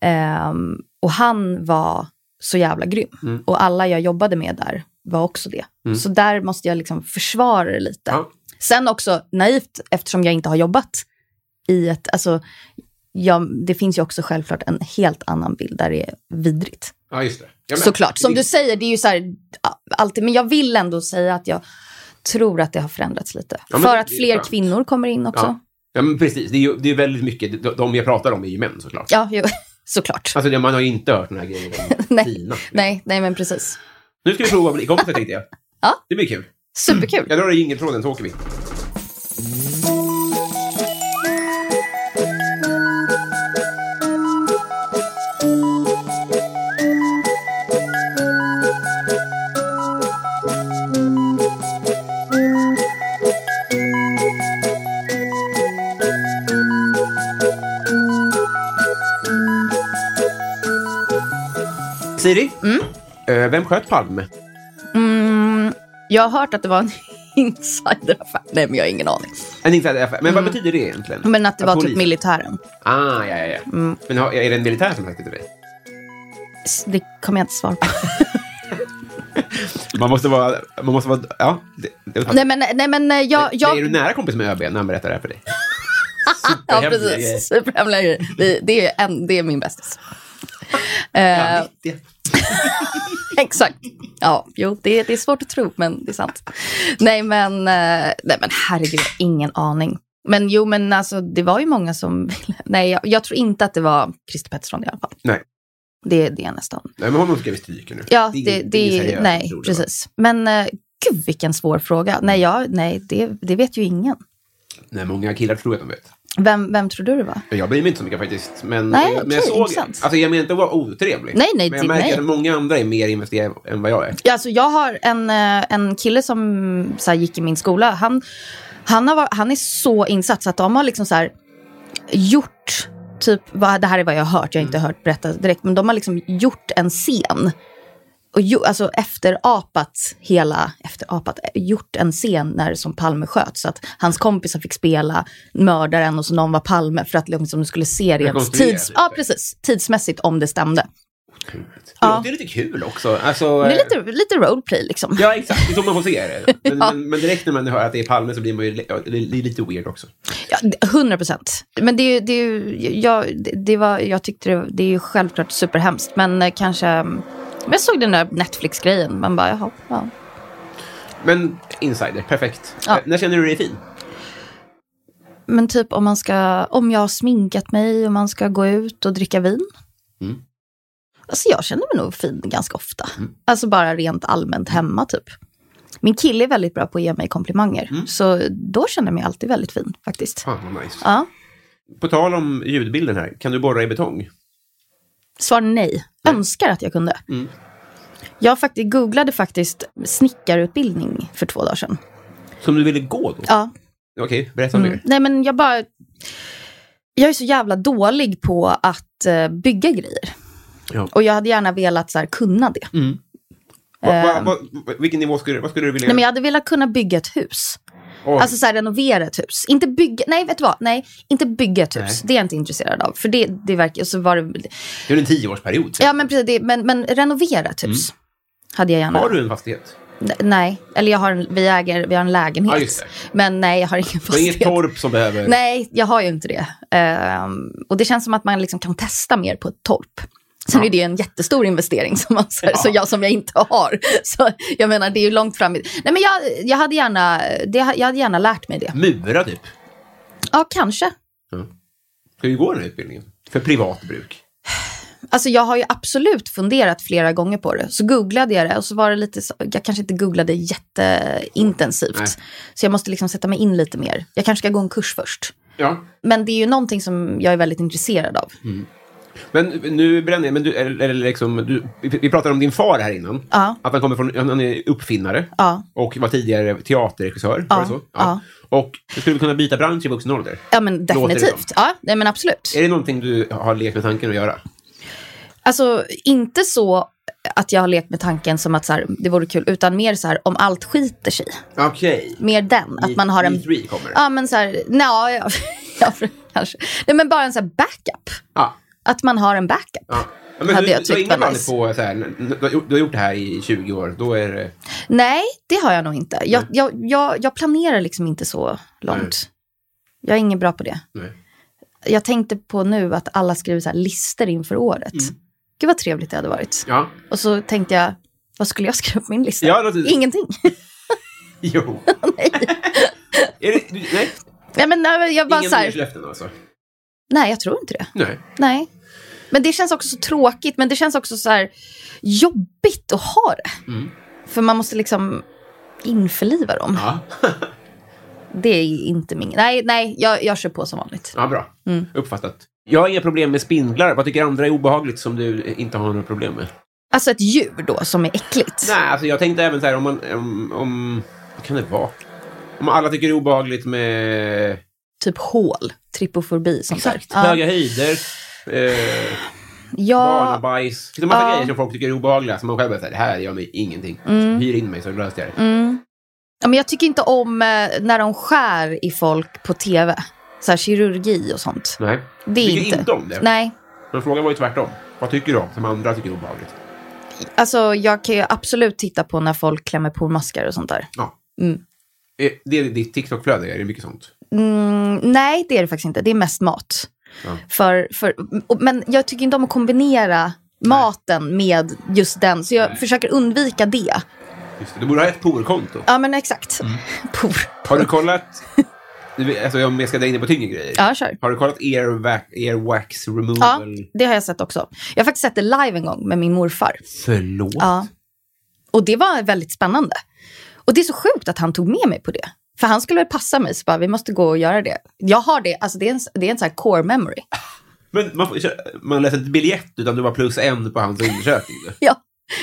[SPEAKER 2] Ehm, och han var så jävla grym. Och alla jag jobbade med där var också det. Så där måste jag liksom försvara det lite.
[SPEAKER 1] Ja.
[SPEAKER 2] Sen också naivt, eftersom jag inte har jobbat i ett... Alltså, ja, det finns ju också självklart en helt annan bild där det är vidrigt.
[SPEAKER 1] Ja, just det. Ja, men-
[SPEAKER 2] Såklart. Som
[SPEAKER 1] det-
[SPEAKER 2] du säger, det är ju så här, a- alltid, men jag vill ändå säga att jag tror att det har förändrats lite.
[SPEAKER 1] Ja, men
[SPEAKER 2] För
[SPEAKER 1] det-
[SPEAKER 2] att
[SPEAKER 1] det är
[SPEAKER 2] fler
[SPEAKER 1] skönt.
[SPEAKER 2] kvinnor kommer in också.
[SPEAKER 1] Ja. ja, men precis. Det är ju det är väldigt mycket. De, de jag pratar om är ju män såklart.
[SPEAKER 2] Ja, ju, (laughs) såklart.
[SPEAKER 1] Alltså, det- man har ju inte hört den här grejen om
[SPEAKER 2] (laughs) Nej.
[SPEAKER 1] Tina.
[SPEAKER 2] Nej, nej, men precis.
[SPEAKER 1] Nu ska vi prova att bli kompisar tänkte jag.
[SPEAKER 2] Ja.
[SPEAKER 1] Det blir kul.
[SPEAKER 2] Superkul.
[SPEAKER 1] Jag drar i jingeltråden så åker vi. Siri,
[SPEAKER 2] Mm.
[SPEAKER 1] Eh, vem sköt Palme?
[SPEAKER 2] Jag har hört att det var en (laughs) insideraffär. Nej, men jag har ingen aning.
[SPEAKER 1] En insideraffär. Eh, Men vad betyder det egentligen?
[SPEAKER 2] Mm. Men att det
[SPEAKER 1] Att
[SPEAKER 2] var
[SPEAKER 1] polisen-
[SPEAKER 2] typ militären.
[SPEAKER 1] Ah, ja, ja, ja.
[SPEAKER 2] Mm.
[SPEAKER 1] Men har, är det en militär som har sagt det till dig?
[SPEAKER 2] S- Det kommer jag inte svara på.
[SPEAKER 1] Man måste vara... Man måste vara ja, det, det,
[SPEAKER 2] nej, men, nej, men eh, jag...
[SPEAKER 1] Men
[SPEAKER 2] jag
[SPEAKER 1] Är du nära kompis med ÖB när han berättar det här för dig?
[SPEAKER 2] (laughs) ja,
[SPEAKER 1] Superhemliga grejer.
[SPEAKER 2] precis. Superhemliga grejer. Det, det, är en, det är min bästis. Eh,
[SPEAKER 1] Ja, det-
[SPEAKER 2] Exakt. Ja, jo, det, det är svårt att tro, men det är sant. Nej, men, eh, nej, men herregud, ingen aning. Men jo, men alltså, det var ju många som ville. Nej, jag, jag tror inte att det var Christer Pettersson i alla fall.
[SPEAKER 1] Nej.
[SPEAKER 2] Det, det är jag nästan.
[SPEAKER 1] Nej, men honom ska vi stryka nu.
[SPEAKER 2] Ja,
[SPEAKER 1] är
[SPEAKER 2] det,
[SPEAKER 1] ingen-
[SPEAKER 2] det,
[SPEAKER 1] ingen
[SPEAKER 2] är
[SPEAKER 1] seriös
[SPEAKER 2] nej,
[SPEAKER 1] person, det var.
[SPEAKER 2] precis. Men eh, gud, vilken svår fråga. Nej, jag, nej det, det vet ju ingen.
[SPEAKER 1] Nej, många killar tror att de vet.
[SPEAKER 2] Vem, vem tror du det var?
[SPEAKER 1] Men Jag bryr mig inte så mycket faktiskt. Men,
[SPEAKER 2] Nej,
[SPEAKER 1] men
[SPEAKER 2] okej,
[SPEAKER 1] jag såg...
[SPEAKER 2] intressant.
[SPEAKER 1] Alltså, jag menar inte att vara otrevlig.
[SPEAKER 2] Nej,
[SPEAKER 1] Men
[SPEAKER 2] nej, det-
[SPEAKER 1] jag märker
[SPEAKER 2] nej.
[SPEAKER 1] att många andra är mer investerade än vad jag är.
[SPEAKER 2] Ja, Alltså, jag har en, eh, en kille som så här, gick i min skola. Han, han, har, var- han är så insatt så att de har liksom så här, gjort, typ, vad, det här är vad jag har hört, jag har inte hört berättas direkt, men de har liksom gjort en scen. Och ju, alltså efterapat hela, efterapat, eh, gjort en scen när som Palme sköt. Så att hans kompisar fick spela mördaren och så någon var Palme för att liksom, de skulle se rent
[SPEAKER 1] Rekonstruera
[SPEAKER 2] tids,
[SPEAKER 1] lite.
[SPEAKER 2] ja, precis, tidsmässigt om det stämde. Ja.
[SPEAKER 1] Det är lite kul också. Alltså,
[SPEAKER 2] Det är lite, lite roleplay liksom.
[SPEAKER 1] Ja, exakt. Det är så man får se det.
[SPEAKER 2] (laughs)
[SPEAKER 1] Men,
[SPEAKER 2] Ja.
[SPEAKER 1] men, men direkt när man hör att det är Palme så blir man ju... ja, Det är lite weird också.
[SPEAKER 2] Ja, 100 procent. Men det, är ju- det, är ju- jag, det- det var, jag tyckte det, det är ju självklart superhemskt. Men eh, kanske... mm, Jag såg den där Netflix-grejen. Man bara, jaha. Ja.
[SPEAKER 1] Men insider, perfekt.
[SPEAKER 2] Ja.
[SPEAKER 1] Eh, När känner du dig fin?
[SPEAKER 2] Men typ om man ska... Om jag har sminkat mig och man ska gå ut och dricka vin. Alltså jag känner mig nog fin ganska ofta. Alltså bara rent allmänt hemma typ. Min kille är väldigt bra på att ge mig komplimanger. Så då känner jag mig alltid väldigt fin faktiskt.
[SPEAKER 1] Fan vad nice.
[SPEAKER 2] Ja.
[SPEAKER 1] På tal om ljudbilden här, kan du borra i betong?
[SPEAKER 2] Svar nej. Önskar att jag kunde.
[SPEAKER 1] Mm.
[SPEAKER 2] Jag faktiskt googlade faktiskt snickarutbildning för två dagar sedan.
[SPEAKER 1] Som du ville gå då?
[SPEAKER 2] Ja,
[SPEAKER 1] Okej, berätta om
[SPEAKER 2] Mm.
[SPEAKER 1] det.
[SPEAKER 2] Nej, men jag bara... Jag är så jävla dålig på att eh, bygga grejer.
[SPEAKER 1] Ja. Mm.
[SPEAKER 2] Och jag hade gärna velat så här, kunna det.
[SPEAKER 1] Va, va, va, va, vilken nivå skulle, vad skulle du vilja
[SPEAKER 2] Ehm. Nej, men jag hade velat kunna bygga ett hus.
[SPEAKER 1] Oj.
[SPEAKER 2] Alltså så här, renovera ett hus. Inte bygga, nej vet du vad, nej, inte bygga ett hus. Det är jag inte intresserad av. För det, det verkar, så var det,
[SPEAKER 1] Det är en tioårsperiod. sen.
[SPEAKER 2] ja men precis, det, men, men renovera ett hus. Hade jag gärna.
[SPEAKER 1] Mm. Har du en fastighet?
[SPEAKER 2] N- Nej, eller jag har en, vi äger, vi har en lägenhet.
[SPEAKER 1] Ja, just det.
[SPEAKER 2] Men nej, jag har ingen
[SPEAKER 1] Du har inget
[SPEAKER 2] fastighet.
[SPEAKER 1] torp som behöver...
[SPEAKER 2] Nej, jag har ju inte det. Ehm, och det känns som att man liksom kan testa mer på ett torp. Sen är det ju en jättestor investering som, man, så här, så jag, som jag inte har. (laughs) Så jag menar, det är ju långt fram i... Nej, men jag, jag, hade gärna, det, jag hade gärna lärt mig det.
[SPEAKER 1] Mura typ.
[SPEAKER 2] Ja, kanske.
[SPEAKER 1] Ska du gå den här utbildningen? För privat bruk.
[SPEAKER 2] Alltså jag har ju absolut funderat flera gånger på det. Så googlade jag det och så var det lite, så- jag kanske inte googlade jätteintensivt.
[SPEAKER 1] Nej.
[SPEAKER 2] Så jag måste liksom sätta mig in lite mer. Jag kanske ska gå en kurs först.
[SPEAKER 1] Ja.
[SPEAKER 2] Men det är ju någonting som jag är väldigt intresserad av.
[SPEAKER 1] Mm. Men nu bränner jag, men du, eller, eller liksom, du, vi, vi pratade om din far här innan.
[SPEAKER 2] Ja.
[SPEAKER 1] Att han kommer från, han han är uppfinnare.
[SPEAKER 2] Ja.
[SPEAKER 1] Och var tidigare teaterregissör. Var det så?
[SPEAKER 2] Ja.
[SPEAKER 1] Och du skulle kunna byta bransch i vuxen ålder.
[SPEAKER 2] Ja men
[SPEAKER 1] det som.
[SPEAKER 2] definitivt. Ja, nej, men absolut.
[SPEAKER 1] Är det någonting du har lekt med tanken att göra?
[SPEAKER 2] Alltså inte så att jag har lekt med tanken som att så här, det vore kul, utan mer så här om allt skiter sig.
[SPEAKER 1] Okej.
[SPEAKER 2] Mer den, att man har en...
[SPEAKER 1] E3 kommer.
[SPEAKER 2] Ja men så här, nja, ja, (laughs) ja, kanske. Nej men bara en så här backup.
[SPEAKER 1] Ja.
[SPEAKER 2] Att man har en backup.
[SPEAKER 1] ja. Ja, men
[SPEAKER 2] Hade
[SPEAKER 1] du,
[SPEAKER 2] jag
[SPEAKER 1] du har
[SPEAKER 2] tyckt
[SPEAKER 1] inga
[SPEAKER 2] var
[SPEAKER 1] planer
[SPEAKER 2] nice.
[SPEAKER 1] på så här, n- n- du, har gjort- du har gjort det här i 20 år, då är det...
[SPEAKER 2] Nej, det har jag nog inte. Jag, jag, jag, jag planerar liksom inte så långt.
[SPEAKER 1] Nej.
[SPEAKER 2] Jag är ingen bra på det.
[SPEAKER 1] Nej.
[SPEAKER 2] Jag tänkte på nu att alla skriver så här listor inför året.
[SPEAKER 1] Mm.
[SPEAKER 2] Gud vad trevligt det hade varit.
[SPEAKER 1] Ja.
[SPEAKER 2] Och så tänkte jag, vad skulle jag skriva på min lista?
[SPEAKER 1] Ja, naturligtvis.
[SPEAKER 2] Ingenting.
[SPEAKER 1] (laughs)
[SPEAKER 2] (laughs)
[SPEAKER 1] Jo. nej. är det, du, nej.
[SPEAKER 2] Ja, men, nej, men jag bara
[SPEAKER 1] Ingen
[SPEAKER 2] så här,
[SPEAKER 1] nyårslöften alltså?
[SPEAKER 2] nej, jag tror inte det.
[SPEAKER 1] Nej.
[SPEAKER 2] Nej. Men det känns också så tråkigt, men det känns också så här jobbigt att ha det.
[SPEAKER 1] Mm.
[SPEAKER 2] För man måste liksom införliva dem.
[SPEAKER 1] Ja.
[SPEAKER 2] Det är inte min... Nej, nej jag, jag kör på som vanligt.
[SPEAKER 1] Ja, bra. Uppfattat. Jag har inga problem med spindlar. Vad tycker andra är obehagligt som du eh, inte har några problem med?
[SPEAKER 2] Alltså ett djur då som är äckligt.
[SPEAKER 1] Nej, alltså jag tänkte även så här om man... Om, om, vad kan det vara? Om alla tycker det är obehagligt med
[SPEAKER 2] Typ hål, tripofobi. Sånt Exakt. Där.
[SPEAKER 1] höga höjder, eh,
[SPEAKER 2] Ja,
[SPEAKER 1] barnabajs. Det finns en massa
[SPEAKER 2] Ja.
[SPEAKER 1] grejer som folk tycker är obehagliga som man själv bara säger, det här gör mig ingenting.
[SPEAKER 2] Mm.
[SPEAKER 1] Hyr in mig så löser jag det.
[SPEAKER 2] ja, men jag tycker inte om eh, när de skär i folk på tv. Så här kirurgi och sånt.
[SPEAKER 1] Nej.
[SPEAKER 2] Det är
[SPEAKER 1] tycker
[SPEAKER 2] inte.
[SPEAKER 1] inte om det.
[SPEAKER 2] Nej,
[SPEAKER 1] Men frågan var ju tvärtom. Vad tycker du om som andra tycker är obehagligt?
[SPEAKER 2] alltså jag kan ju absolut titta på när folk klämmer pormaskar och sånt där.
[SPEAKER 1] Ja.
[SPEAKER 2] Mm.
[SPEAKER 1] Eh, Det är ditt TikTok-flöde, är det mycket sånt?
[SPEAKER 2] Mm, nej, det är det faktiskt inte. Det är mest mat.
[SPEAKER 1] Ja.
[SPEAKER 2] För, för, och, men jag tycker inte om att kombinera maten med just den. Så jag försöker undvika det.
[SPEAKER 1] Just det. Du borde ha ett porkonto.
[SPEAKER 2] Ja, men exakt. (laughs) Por.
[SPEAKER 1] Har du kollat... Du vet, Alltså om jag ska dra in dig på tyngre grejer.
[SPEAKER 2] Ja, kör.
[SPEAKER 1] Har du kollat airwax, airwax
[SPEAKER 2] Ja,
[SPEAKER 1] removal?
[SPEAKER 2] det har jag sett också. Jag har faktiskt sett det live en gång med min morfar.
[SPEAKER 1] Förlåt.
[SPEAKER 2] Ja. Och det var väldigt spännande. Och det är så sjukt att han tog med mig på det. För han skulle väl passa mig, så bara, vi måste gå och göra det. Jag har det, alltså det är en, det är en sån här core memory.
[SPEAKER 1] Men man, får, kö- man läser inte biljett utan du var plus en på hans undersökning. du.
[SPEAKER 2] (laughs) Ja.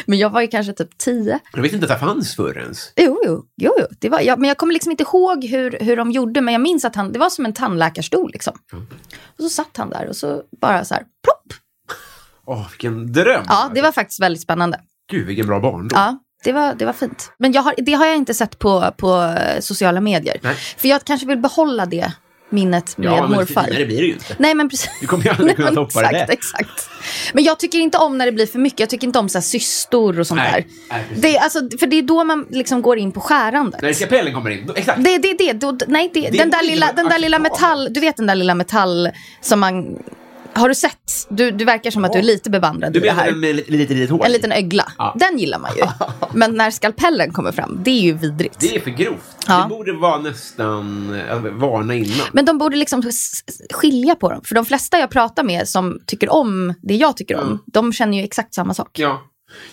[SPEAKER 2] Men jag var ju kanske typ tio.
[SPEAKER 1] Jag vet inte att det fanns förr ens.
[SPEAKER 2] Jo, jo, jo, jo. Det var, jag, men jag kommer liksom inte ihåg hur, hur de gjorde, men jag minns att han, det var som en tandläkarstol liksom. Och så satt han där och så bara så här, plopp.
[SPEAKER 1] Åh, vilken dröm!
[SPEAKER 2] Ja, det var faktiskt väldigt spännande.
[SPEAKER 1] Gud, vilken bra barndom.
[SPEAKER 2] Ja, det var, det var fint. Men jag har, det har jag inte sett på, på eh, sociala medier.
[SPEAKER 1] Nej.
[SPEAKER 2] För jag kanske vill behålla det minnet med
[SPEAKER 1] Ja, men
[SPEAKER 2] morfar.
[SPEAKER 1] finare blir det ju inte.
[SPEAKER 2] Nej, men precis.
[SPEAKER 1] Du kommer ju aldrig kunna
[SPEAKER 2] Nej, men
[SPEAKER 1] toppa det
[SPEAKER 2] exakt,
[SPEAKER 1] där.
[SPEAKER 2] Exakt. Men jag tycker inte om när det blir för mycket. Jag tycker inte om så här, systor och sånt
[SPEAKER 1] Nej,
[SPEAKER 2] där.
[SPEAKER 1] nej, precis.
[SPEAKER 2] det, är- alltså, för det är då man liksom går in på skärandet.
[SPEAKER 1] När kapellen kommer in, då- exakt.
[SPEAKER 2] Det, det, det, då, nej, det,
[SPEAKER 1] Det
[SPEAKER 2] den,
[SPEAKER 1] borde
[SPEAKER 2] där
[SPEAKER 1] inte
[SPEAKER 2] lilla,
[SPEAKER 1] vara
[SPEAKER 2] den där lilla
[SPEAKER 1] acceptabelt.
[SPEAKER 2] metall, du vet den där lilla metall som man Har du sett? Du, du verkar som att du är lite bevandrad
[SPEAKER 3] Du
[SPEAKER 2] i det
[SPEAKER 3] menar
[SPEAKER 2] här.
[SPEAKER 3] den med lite, lite, lite hår?
[SPEAKER 2] En liten ögla.
[SPEAKER 3] Ja.
[SPEAKER 2] Den
[SPEAKER 1] (laughs)
[SPEAKER 2] gillar man ju. Men när skalpellen kommer fram, det är ju vidrigt.
[SPEAKER 1] Det är för grovt.
[SPEAKER 2] Ja.
[SPEAKER 1] Det borde vara nästan eh, varna innan.
[SPEAKER 2] Men de borde liksom s- s- skilja på dem. För de flesta jag pratar med som tycker om det jag tycker
[SPEAKER 1] Mm.
[SPEAKER 2] om, de känner ju exakt samma sak.
[SPEAKER 1] Ja.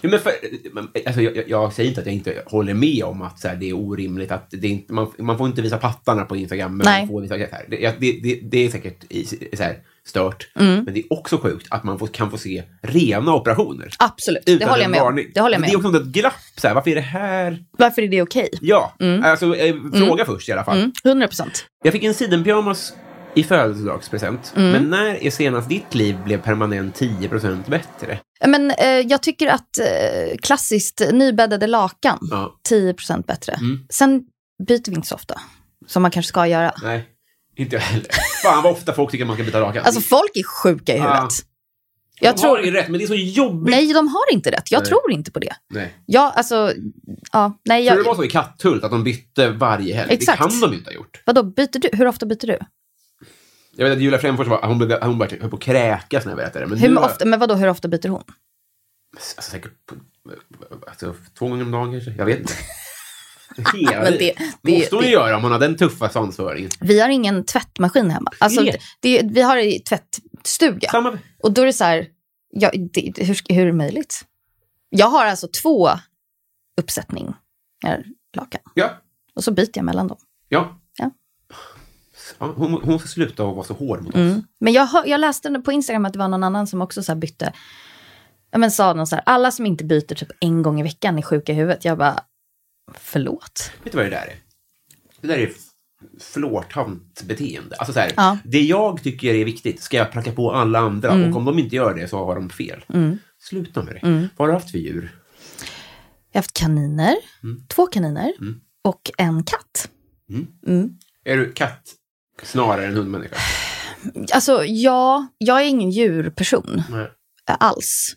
[SPEAKER 1] ja men för, men, alltså, jag, jag- jag säger inte att jag inte håller med om att så här, det är orimligt att det är inte, man, man får inte visa pattarna på Instagram. Men
[SPEAKER 2] Nej.
[SPEAKER 1] Man får visa, så här. Det, det, det, det är säkert i, så här, stört.
[SPEAKER 2] Mm.
[SPEAKER 1] Men det är också sjukt att man får, kan få se rena operationer.
[SPEAKER 2] Absolut, det
[SPEAKER 1] Utan
[SPEAKER 2] håller jag
[SPEAKER 1] en
[SPEAKER 2] med om.
[SPEAKER 1] varning.
[SPEAKER 2] Det håller
[SPEAKER 1] Men
[SPEAKER 2] jag med
[SPEAKER 1] det är
[SPEAKER 2] om.
[SPEAKER 1] också ett glapp. Så här, varför är det här?
[SPEAKER 2] Varför är det okej?
[SPEAKER 1] Ja, alltså, eh, fråga först i alla fall.
[SPEAKER 2] Mm, 100 procent.
[SPEAKER 1] Jag fick en sidenpyjamas i födelsedagspresent.
[SPEAKER 2] Mm.
[SPEAKER 1] Men när är senast ditt liv blev permanent 10 bättre?
[SPEAKER 2] Men eh, jag tycker att eh, klassiskt nybäddade lakan,
[SPEAKER 1] Ja. Mm.
[SPEAKER 2] 10 procent bättre. Sen byter vi inte så ofta, som man kanske ska göra.
[SPEAKER 1] Nej, inte jag heller. Fan vad ofta folk tycker att man ska byta lakan.
[SPEAKER 2] Alltså folk är sjuka i huvudet.
[SPEAKER 1] Ja.
[SPEAKER 2] Jag
[SPEAKER 1] de
[SPEAKER 2] tror...
[SPEAKER 1] har ju rätt, men det är så jobbigt.
[SPEAKER 2] Nej, de har inte rätt. Jag
[SPEAKER 1] Nej.
[SPEAKER 2] tror inte på det.
[SPEAKER 1] Nej.
[SPEAKER 2] Ja, alltså... Ja, nej,
[SPEAKER 1] Tror du det var
[SPEAKER 2] jag,
[SPEAKER 1] så i Katthult att de bytte varje helg?
[SPEAKER 2] Exakt.
[SPEAKER 1] Det kan de ju inte ha gjort.
[SPEAKER 2] vadå, byter du? Hur ofta byter du?
[SPEAKER 1] Jag vet att Julia Fränfors var, hon, blev, hon började, höll på att kräkas när jag berättade det. Men nu
[SPEAKER 2] Hur
[SPEAKER 1] har-
[SPEAKER 2] ofta, men vadå, hur ofta byter hon?
[SPEAKER 1] Alltså, säkert på, alltså, två gånger om dagen kanske? Jag vet
[SPEAKER 2] (laughs)
[SPEAKER 1] inte. Hela
[SPEAKER 2] Men det- det-
[SPEAKER 1] måste hon ju
[SPEAKER 2] det-
[SPEAKER 1] göra om hon har den tuffa svansföringen.
[SPEAKER 2] Vi har ingen tvättmaskin hemma. Alltså,
[SPEAKER 1] Det.
[SPEAKER 2] det. Det, vi har i tvättstuga.
[SPEAKER 1] Samma...
[SPEAKER 2] Och då är det så här, ja, det, hur, ska- hur är det möjligt? Jag har alltså två uppsättningar lakan.
[SPEAKER 1] Ja,
[SPEAKER 2] Och så byter jag mellan dem.
[SPEAKER 1] Ja.
[SPEAKER 2] Ja.
[SPEAKER 1] Ja, Hon, hon ska sluta att vara så hård mot oss.
[SPEAKER 2] Men jag, hör, jag läste på Instagram att det var någon annan som också så här bytte. Ja, men sa någon så här, alla som inte byter typ en gång i veckan är sjuka i huvudet. Jag bara, förlåt?
[SPEAKER 1] Vet du vad det där är? Det där är f- flårtant beteende. Alltså så här,
[SPEAKER 2] Ja. Mm.
[SPEAKER 1] Det jag tycker är viktigt ska jag pracka på alla andra och om de inte gör det så har de fel. Sluta med det. Vad har du haft för djur?
[SPEAKER 2] Jag har haft kaniner, två kaniner och en katt.
[SPEAKER 1] Är du katt snarare än hundmänniska?
[SPEAKER 2] Alltså, ja, jag är ingen djurperson
[SPEAKER 1] Nej.
[SPEAKER 2] eh, alls.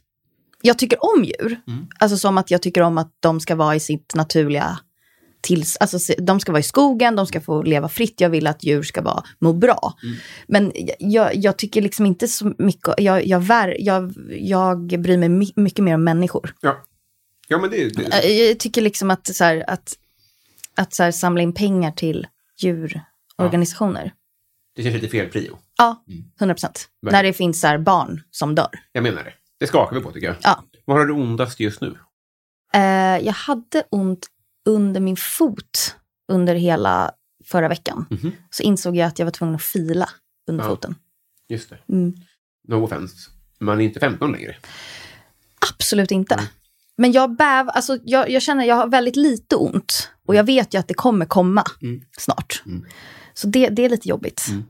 [SPEAKER 2] Jag tycker om djur. Alltså som att jag tycker om att de ska vara i sitt naturliga tills, alltså se- de ska vara i skogen, de ska få leva fritt. Jag vill att djur ska vara, må bra. Men jag- jag, jag tycker liksom inte så mycket, jag, jag, vär, jag, jag bryr mig my- mycket mer om människor.
[SPEAKER 1] Ja. ja, men det är det.
[SPEAKER 2] Eh, Jag tycker liksom att, så här, att, att så här, samla in pengar till djurorganisationer.
[SPEAKER 1] Det känns lite fel prio.
[SPEAKER 2] Ja, 100 procent.
[SPEAKER 1] Verkligen.
[SPEAKER 2] När det finns så här barn som dör.
[SPEAKER 1] Jag menar det. Det skakar vi på tycker jag.
[SPEAKER 2] Ja.
[SPEAKER 1] Vad har du ondast just nu?
[SPEAKER 2] Eh, jag hade ont under min fot under hela förra veckan.
[SPEAKER 1] Mhm.
[SPEAKER 2] Så insåg jag att jag var tvungen att fila under
[SPEAKER 1] Ja.
[SPEAKER 2] foten.
[SPEAKER 1] Just det.
[SPEAKER 2] Mm.
[SPEAKER 1] No offense. Man är inte 15 längre.
[SPEAKER 2] Absolut inte.
[SPEAKER 1] Mm.
[SPEAKER 2] Men jag bäv, alltså jag, jag känner att jag har väldigt lite ont. Och jag vet ju att det kommer komma
[SPEAKER 1] Mm.
[SPEAKER 2] snart. Så det, det är lite jobbigt.
[SPEAKER 1] Mm.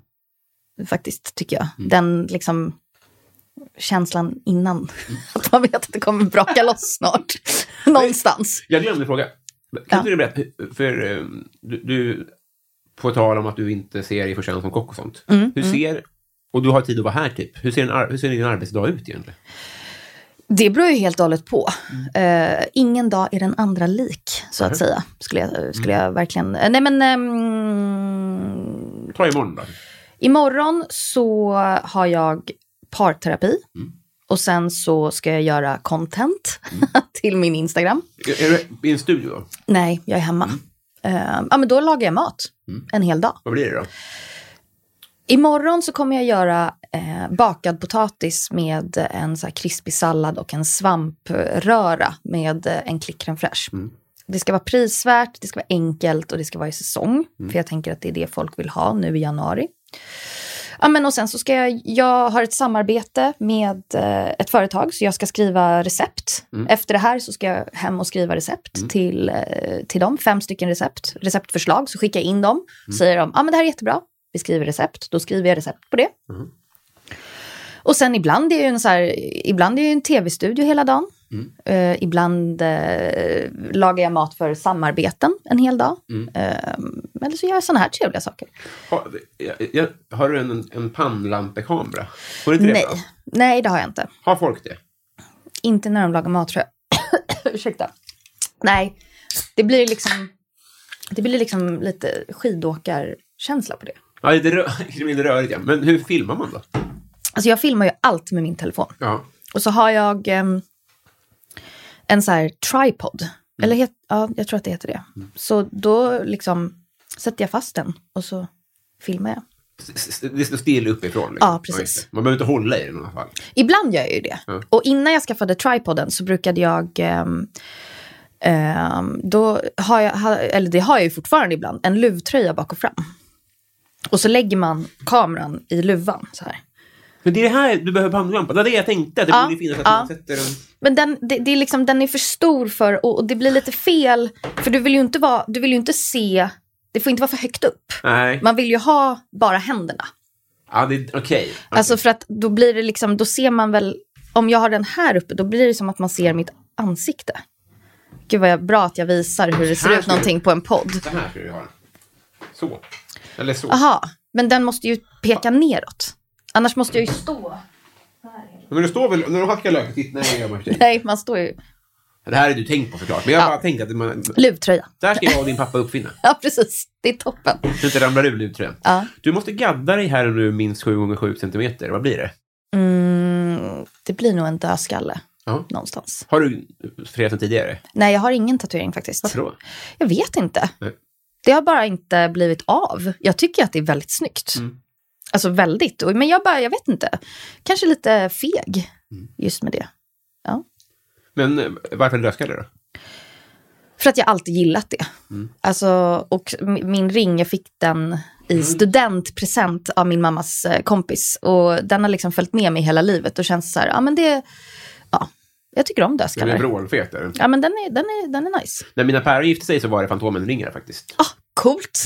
[SPEAKER 2] Faktiskt, tycker jag. Den liksom känslan innan.
[SPEAKER 1] Mm.
[SPEAKER 2] (laughs) Att man vet att det kommer braka loss
[SPEAKER 1] (laughs)
[SPEAKER 2] snart. Någonstans.
[SPEAKER 1] Jag glömde fråga. Kan
[SPEAKER 2] Ja.
[SPEAKER 1] inte du berätta, hur- för eh, du, du, på tal om att du inte ser i förtjänst som kock och sånt.
[SPEAKER 2] Mm,
[SPEAKER 1] hur ser, och du har tid att vara här typ, hur ser, en, ar- hur ser din arbetsdag ut egentligen?
[SPEAKER 2] Det beror ju helt och hållet på. Eh, ingen dag är den andra lik, så att säga. Skulle jag, skulle jag verkligen... eh, Nej, men... ehm,
[SPEAKER 1] Ta imorgon då.
[SPEAKER 2] imorgon så har jag parterapi. Och sen så ska jag göra content (laughs) till min Instagram.
[SPEAKER 1] Är, är du i en studio då?
[SPEAKER 2] Nej, jag är hemma. Eh, ja, men då lagar jag mat en hel dag.
[SPEAKER 1] Vad blir det då?
[SPEAKER 2] Imorgon så kommer jag göra eh, bakad potatis med en så här krispig sallad och en svampröra med eh, en klick crème fraîche. Det ska vara prisvärt, det ska vara enkelt och det ska vara i säsong. För jag tänker att det är det folk vill ha nu i januari. Ja, men och sen så ska jag, jag har ett samarbete med eh, ett företag så jag ska skriva recept. Efter det här så ska jag hem och skriva recept till, eh, till dem. Fem stycken recept, receptförslag. Så skickar jag in dem. Säger de, ja men det här är jättebra. Vi skriver recept. Då skriver jag recept på det. Och sen ibland är jag ju en, så här, ibland är jag ju en tv-studio hela dagen. Eh, ibland eh, lagar jag mat för samarbeten en hel dag. Eh, eller så gör jag såna här trevliga saker.
[SPEAKER 1] Har, jag, jag, har du en, en pannlampekamera? Får du inte
[SPEAKER 2] Nej.
[SPEAKER 1] det? va?
[SPEAKER 2] Nej, det har jag inte.
[SPEAKER 1] Har folk det?
[SPEAKER 2] Inte när de lagar mat tror jag. (coughs) Ursäkta. Nej, det blir liksom, det blir liksom lite skidåkarkänsla på det.
[SPEAKER 1] (laughs) Ja, det, rör, det blir lite rörigt ja. Men hur filmar man då?
[SPEAKER 2] Alltså jag filmar ju allt med min telefon.
[SPEAKER 1] Ja.
[SPEAKER 2] Och så har jag em, en så här tripod. Eller het, ja, jag tror att det heter det. Så då liksom sätter jag fast den och så filmar jag.
[SPEAKER 1] S- s- Det står still uppifrån. liksom.
[SPEAKER 2] Ja, precis.
[SPEAKER 1] just det. Man behöver inte hålla i den i alla fall.
[SPEAKER 2] Ibland gör jag ju det.
[SPEAKER 1] Ja.
[SPEAKER 2] Och innan jag skaffade tripoden så brukade jag... ehm, ehm, då har jag, ha, eller det har jag ju fortfarande ibland, en luvtröja bak och fram. Och så lägger man kameran i luvan så här.
[SPEAKER 1] Men det är det här du behöver pannlampa. Det var det jag tänkte. att Det
[SPEAKER 2] Ja,
[SPEAKER 1] borde finnas att
[SPEAKER 2] ja.
[SPEAKER 1] man sätter en...
[SPEAKER 2] Men den, det, det är liksom, den är för stor för, och, och det blir lite fel, för du vill ju inte vara, du vill ju inte se, det får inte vara för högt upp.
[SPEAKER 1] Nej.
[SPEAKER 2] Man vill ju ha bara händerna.
[SPEAKER 1] Ja, det är okej.
[SPEAKER 2] Alltså för att då blir det liksom, då ser man väl, om jag har den här uppe, då blir det som att man ser mitt ansikte. Gud vad jag, bra att jag visar hur det
[SPEAKER 1] Här
[SPEAKER 2] ser
[SPEAKER 1] ska
[SPEAKER 2] ut
[SPEAKER 1] du-
[SPEAKER 2] någonting på en podd.
[SPEAKER 1] Så här ska du ha den. Så. Eller så.
[SPEAKER 2] Aha, men den måste ju peka neråt. Annars måste jag ju
[SPEAKER 1] (laughs)
[SPEAKER 2] stå.
[SPEAKER 1] Men du står väl... När du hackar lök... titta, Nej, det gör man inte.
[SPEAKER 2] Nej, man står ju...
[SPEAKER 1] Det här är du tänkt på såklart. Men jag
[SPEAKER 2] Ja.
[SPEAKER 1] bara tänkte att man...
[SPEAKER 2] Luvtröja.
[SPEAKER 1] Det här ska jag och din pappa uppfinna.
[SPEAKER 2] Ja, precis. Det är toppen.
[SPEAKER 1] Så att det inte ramlar ur luvtröjan.
[SPEAKER 2] Ja.
[SPEAKER 1] Du måste gadda dig här nu minst 7 x 7 centimeter. Vad blir det?
[SPEAKER 2] Mm, det blir nog en dödskalle
[SPEAKER 1] Ja.
[SPEAKER 2] någonstans.
[SPEAKER 1] Har du fler sedan tidigare?
[SPEAKER 2] Nej, jag har ingen tatuering faktiskt.
[SPEAKER 1] Varför då?
[SPEAKER 2] Jag vet inte.
[SPEAKER 1] Nej.
[SPEAKER 2] Det har bara inte blivit av. Jag tycker att det är väldigt snyggt.
[SPEAKER 1] Mm.
[SPEAKER 2] Alltså väldigt. Och- Men jag bara, jag vet inte. Kanske lite feg
[SPEAKER 1] Mm.
[SPEAKER 2] just med det.
[SPEAKER 1] Men eh, varför en dödskalle då?
[SPEAKER 2] För att jag alltid gillat det.
[SPEAKER 1] Mm.
[SPEAKER 2] Alltså, och mi- min ring, jag fick den i
[SPEAKER 1] Mm.
[SPEAKER 2] studentpresent av min mammas eh, kompis. Och den har liksom följt med mig hela livet och känns så här, ja men det, ja, jag tycker om
[SPEAKER 1] Den är
[SPEAKER 2] dödskallar.
[SPEAKER 1] vrålfet. är den.
[SPEAKER 2] Ja men den är, den är, den är nice.
[SPEAKER 1] När mina päron gifte sig så var det Fantomen-ringar faktiskt.
[SPEAKER 2] Ah, coolt.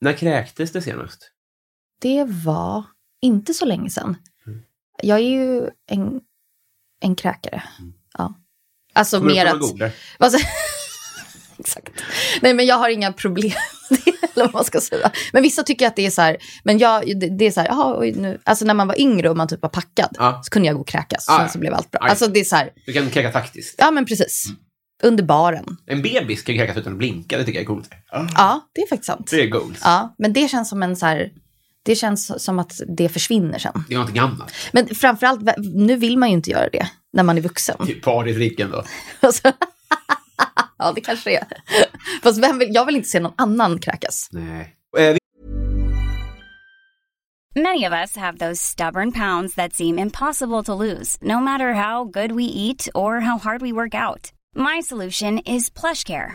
[SPEAKER 1] När kräktes det senast?
[SPEAKER 2] Det var inte så länge sedan.
[SPEAKER 1] Mm.
[SPEAKER 2] Jag är ju en, en kräkare. Ja. Alltså
[SPEAKER 1] Mm. Kommer du
[SPEAKER 2] mer
[SPEAKER 1] komma
[SPEAKER 2] att...
[SPEAKER 1] och googla?
[SPEAKER 2] Vad sa- (laughs) Exakt. Nej, men jag har inga problem (laughs) med det, eller vad man ska säga. Men vissa tycker att det är så här, men jag, det, det är så här, jaha, oj, nu. Alltså när man var yngre och man typ var packad,
[SPEAKER 1] Ja.
[SPEAKER 2] så kunde jag gå och kräkas.
[SPEAKER 1] Ah, ja.
[SPEAKER 2] sen så blev allt bra.
[SPEAKER 1] Aj. Mm.
[SPEAKER 2] Alltså det är så här,
[SPEAKER 1] Du kan kräka taktiskt.
[SPEAKER 2] ja men precis. Under baren.
[SPEAKER 1] En bebis kan ju kräkas utan att blinka. Det tycker jag är coolt.
[SPEAKER 2] Ja, det är faktiskt sant.
[SPEAKER 1] Mm. Det är goals.
[SPEAKER 2] Ja, men det känns som en så här, det känns som att det försvinner sen.
[SPEAKER 1] Det är någonting annat.
[SPEAKER 2] Men framförallt, va- nu vill man ju inte göra det när man är vuxen.
[SPEAKER 1] Typ partydricken då.
[SPEAKER 2] (laughs) Alltså, ja, det kanske det är. Fast vem vill, jag vill inte se någon annan kräkas.
[SPEAKER 1] Nej. Eh, vi-
[SPEAKER 3] Many of us have those stubborn pounds that seem impossible to lose, no matter how good we eat or how hard we work out. My solution is PlushCare.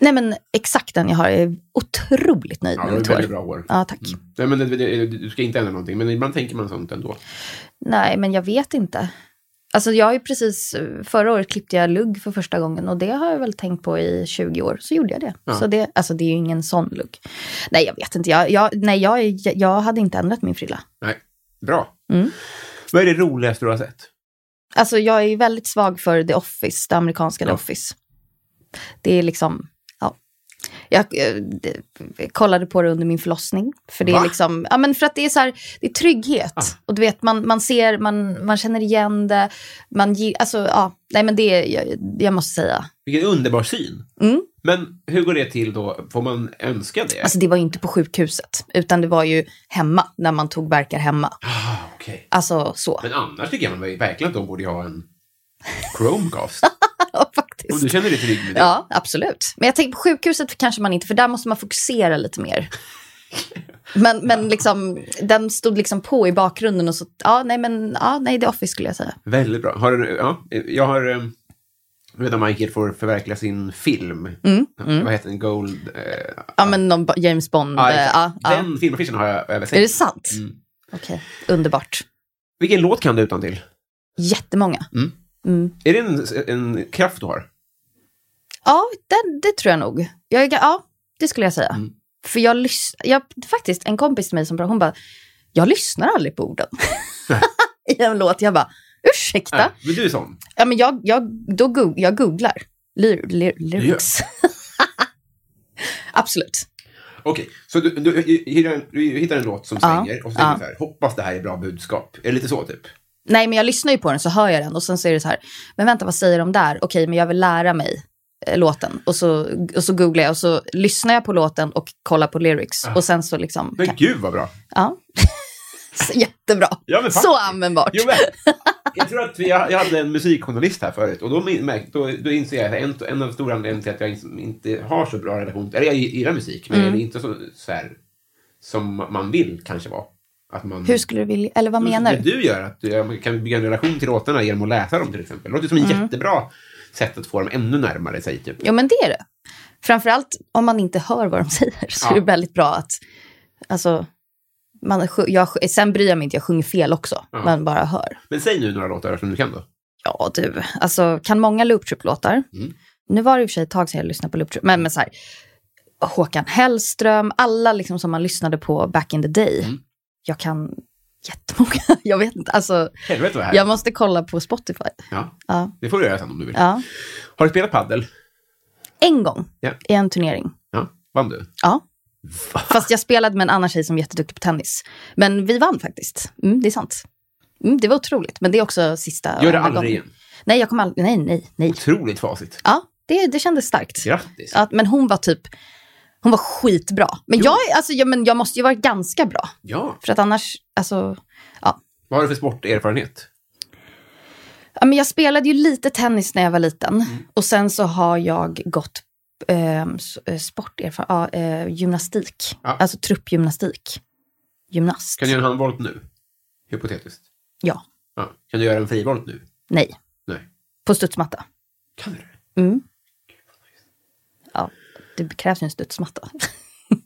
[SPEAKER 2] Nej, men exakt den jag har. Jag är otroligt nöjd
[SPEAKER 1] Ja, det
[SPEAKER 2] med
[SPEAKER 1] var ett
[SPEAKER 2] mitt
[SPEAKER 1] väldigt
[SPEAKER 2] hår.
[SPEAKER 1] bra Mm. år.
[SPEAKER 2] Ja, tack.
[SPEAKER 1] Nej, men det, det, du ska inte ändra någonting, men ibland tänker man sånt ändå.
[SPEAKER 2] Nej, men jag vet inte. Alltså jag har ju precis, förra året klippte jag lugg för första gången och det har jag väl tänkt på i 20 år, så gjorde jag det.
[SPEAKER 1] Ja.
[SPEAKER 2] Så det, alltså det är ju ingen sån lugg. Nej, jag vet inte. Jag, jag, nej, jag, är- jag hade inte ändrat min frilla.
[SPEAKER 1] Nej, bra.
[SPEAKER 2] Mm.
[SPEAKER 1] Vad är det roligaste du har sett?
[SPEAKER 2] Alltså jag är ju väldigt svag för The Office, det amerikanska The
[SPEAKER 1] Ja.
[SPEAKER 2] Office. Det är liksom, ja. Jag, eh, det- jag kollade på det under min förlossning. För det
[SPEAKER 1] Va? Ah.
[SPEAKER 2] är liksom, ja men för att det är så här, det är trygghet. Och du vet, man, man ser, man, man känner igen det. Man, gi- alltså ja, nej men det, är- jag, jag måste säga.
[SPEAKER 1] Vilken underbar syn.
[SPEAKER 2] Mm.
[SPEAKER 1] Men hur går det till då? Får man önska det?
[SPEAKER 2] Alltså det var ju inte på sjukhuset, utan det var ju hemma, när man tog verkar hemma.
[SPEAKER 1] ah, okej.
[SPEAKER 2] Alltså så,
[SPEAKER 1] Men annars tycker jag man verkligen att de borde ha en Chromecast.
[SPEAKER 2] (laughs) ja, (laughs) faktiskt.
[SPEAKER 1] Om du känner dig trygg med det.
[SPEAKER 2] Ja, absolut. Men jag tänker på sjukhuset kanske man inte, för där måste man fokusera lite mer. Men, men liksom, den stod liksom på i bakgrunden och så, ja nej men, ja nej det är Office skulle jag säga.
[SPEAKER 1] Väldigt bra. Har du, ja, jag har eh, Medan Michael får förverkliga sin film.
[SPEAKER 2] Mm,
[SPEAKER 1] Vad heter den? Gold... Eh,
[SPEAKER 2] Ja, men någon ba- James Bond.
[SPEAKER 1] ja,
[SPEAKER 2] eh,
[SPEAKER 1] exakt.
[SPEAKER 2] ja, ja.
[SPEAKER 1] Den filmaffischen har jag över sig.
[SPEAKER 2] Är det sant?
[SPEAKER 1] Mm.
[SPEAKER 2] Okej, underbart.
[SPEAKER 1] Vilken låt kan du utan till?
[SPEAKER 2] Jättemånga.
[SPEAKER 1] Mm.
[SPEAKER 2] Mm.
[SPEAKER 1] Är det en, en kraft du har?
[SPEAKER 2] Ja, det, det tror jag nog. Jag, är ga- ja, det skulle jag säga.
[SPEAKER 1] Mm.
[SPEAKER 2] För jag lyssnar, jag, faktiskt en kompis till mig som hon bara, jag lyssnar aldrig på orden. (laughs) I en låt, jag bara, ursäkta.
[SPEAKER 1] Nej, men du är sån.
[SPEAKER 2] Ja, men jag, jag, då goog, jag googlar ly, ly, lyrics. (laughs) Absolut.
[SPEAKER 1] Okej, så du, du, hittar en, du hittar en låt som
[SPEAKER 2] Ja.
[SPEAKER 1] sänger och så tänker
[SPEAKER 2] Ja.
[SPEAKER 1] du så här, hoppas det här är bra budskap. Är det lite så typ?
[SPEAKER 2] Nej, men jag lyssnar ju på den så hör jag den och sen så är det så här, men vänta vad säger de där? Okej, men jag vill lära mig eh, låten. Och så, och så googlar jag och så lyssnar jag på låten och kollar på lyrics. Och sen så liksom...
[SPEAKER 1] Ah. Men gud vad
[SPEAKER 2] (laughs)
[SPEAKER 1] bra!
[SPEAKER 2] Ja. Så Jättebra.
[SPEAKER 1] Ja, men fan.
[SPEAKER 2] så användbart.
[SPEAKER 1] Jo, men, jag tror att vi, jag, jag hade en musikjournalist här förut och då, min- märk- då, då inser jag att en, en av de stora anledningarna till att jag ins- inte har så bra relation, eller jag gillar musik, men
[SPEAKER 2] Mm.
[SPEAKER 1] det är inte så, så här som man vill kanske vara. Att man,
[SPEAKER 2] Hur skulle du vilja, eller vad menar
[SPEAKER 1] Alltså, Det
[SPEAKER 2] du?
[SPEAKER 1] du gör, att du jag kan bygga en relation till låtarna genom att läsa dem till exempel. Det låter som ett
[SPEAKER 2] Mm.
[SPEAKER 1] jättebra sätt att få dem ännu närmare sig. Typ.
[SPEAKER 2] Jo, men det är det. Framförallt om man inte hör vad de (laughs) säger så
[SPEAKER 1] Ja.
[SPEAKER 2] är det väldigt bra att... Alltså, man, sj- jag, sj- sen bryr jag mig inte, jag sjunger fel också.
[SPEAKER 1] Ja.
[SPEAKER 2] Man bara hör.
[SPEAKER 1] Men säg nu några låtar som du kan då.
[SPEAKER 2] Ja, du. Alltså, kan många looptrip-låtar.
[SPEAKER 1] Mm.
[SPEAKER 2] Nu var det i och för sig ett tag sedan jag lyssnade på looptrip, men, men så här, Håkan Hellström, alla liksom som man lyssnade på back in the day.
[SPEAKER 1] Mm.
[SPEAKER 2] Jag kan jättemånga, (laughs) jag vet inte. Alltså,
[SPEAKER 1] Helvete vad här.
[SPEAKER 2] jag måste kolla på Spotify.
[SPEAKER 1] Ja,
[SPEAKER 2] Ja,
[SPEAKER 1] det får du göra sen om du vill.
[SPEAKER 2] ja.
[SPEAKER 1] Har du spelat paddel?
[SPEAKER 2] En gång
[SPEAKER 1] Ja.
[SPEAKER 2] i en turnering.
[SPEAKER 1] Ja, vann du?
[SPEAKER 2] Ja. Fast jag spelade med en annan tjej som är jätteduktig på tennis. Men vi vann faktiskt. Mm, det är sant. Mm, det var otroligt, men det är också sista
[SPEAKER 1] Gör det
[SPEAKER 2] andra
[SPEAKER 1] aldrig
[SPEAKER 2] gången.
[SPEAKER 1] igen.
[SPEAKER 2] Nej, jag kommer aldrig. Nej, nej, nej.
[SPEAKER 1] Otroligt facit.
[SPEAKER 2] Ja, det, det kändes starkt.
[SPEAKER 1] Grattis.
[SPEAKER 2] Ja, men hon var typ... Hon var skitbra. Men jag, är- alltså, jag, men jag måste ju vara ganska bra.
[SPEAKER 1] Ja.
[SPEAKER 2] För att annars... Alltså, ja.
[SPEAKER 1] Vad har du för sporterfarenhet?
[SPEAKER 2] Ja, men jag spelade ju lite tennis när jag var liten.
[SPEAKER 1] Mm.
[SPEAKER 2] Och sen så har jag gått eh, s- eh, sporterfaren- ja, eh, gymnastik.
[SPEAKER 1] Ja.
[SPEAKER 2] Alltså truppgymnastik. Gymnast.
[SPEAKER 1] Kan du göra en handvolt nu? Hypotetiskt.
[SPEAKER 2] Ja.
[SPEAKER 1] Ja. Kan du göra en frivolt nu?
[SPEAKER 2] Nej.
[SPEAKER 1] Nej.
[SPEAKER 2] På studsmatta.
[SPEAKER 1] Kan du det?
[SPEAKER 2] Mm. Ja, det krävs ju
[SPEAKER 1] (laughs)
[SPEAKER 2] en studsmatta.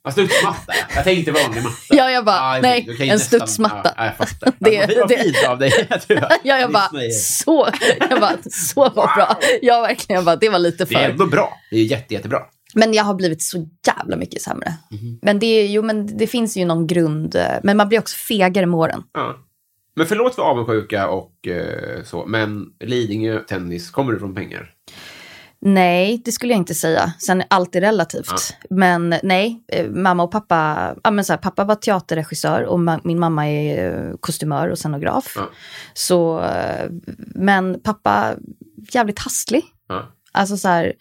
[SPEAKER 1] Ja, studsmatta. Jag tänkte vanlig matta.
[SPEAKER 2] ja, jag bara,
[SPEAKER 1] Ja,
[SPEAKER 2] nej,
[SPEAKER 1] du kan ju
[SPEAKER 2] en
[SPEAKER 1] nästan-
[SPEAKER 2] studsmatta.
[SPEAKER 1] Ja, jag fattar.
[SPEAKER 2] (laughs) Det-
[SPEAKER 1] Det, vad
[SPEAKER 2] det-
[SPEAKER 1] fint av dig. (laughs) att du har-
[SPEAKER 2] Ja, jag bara,
[SPEAKER 1] Disney.
[SPEAKER 2] så, jag bara, så var bra. Jag verkligen, jag bara, det var lite
[SPEAKER 1] Det är
[SPEAKER 2] för.
[SPEAKER 1] ändå bra. Det är ju jätte, jättebra.
[SPEAKER 2] Men jag har blivit så jävla mycket sämre.
[SPEAKER 1] Mhm.
[SPEAKER 2] Men, det, är, jo, men det finns ju någon grund, eh, men man blir också fegare med åren.
[SPEAKER 1] Ja. Men förlåt för avundsjuka och eh, så, men Lidingö Tennis, kommer du från pengar?
[SPEAKER 2] Nej, det skulle jag inte säga. Sen är allt är relativt. Men nej, eh, mamma och pappa, ja, men så här, pappa var teaterregissör och ma- min mamma är eh, kostymör och scenograf.
[SPEAKER 1] Ja.
[SPEAKER 2] Så, eh, men pappa, jävligt hastlig.
[SPEAKER 1] Ja.
[SPEAKER 2] Alltså så här,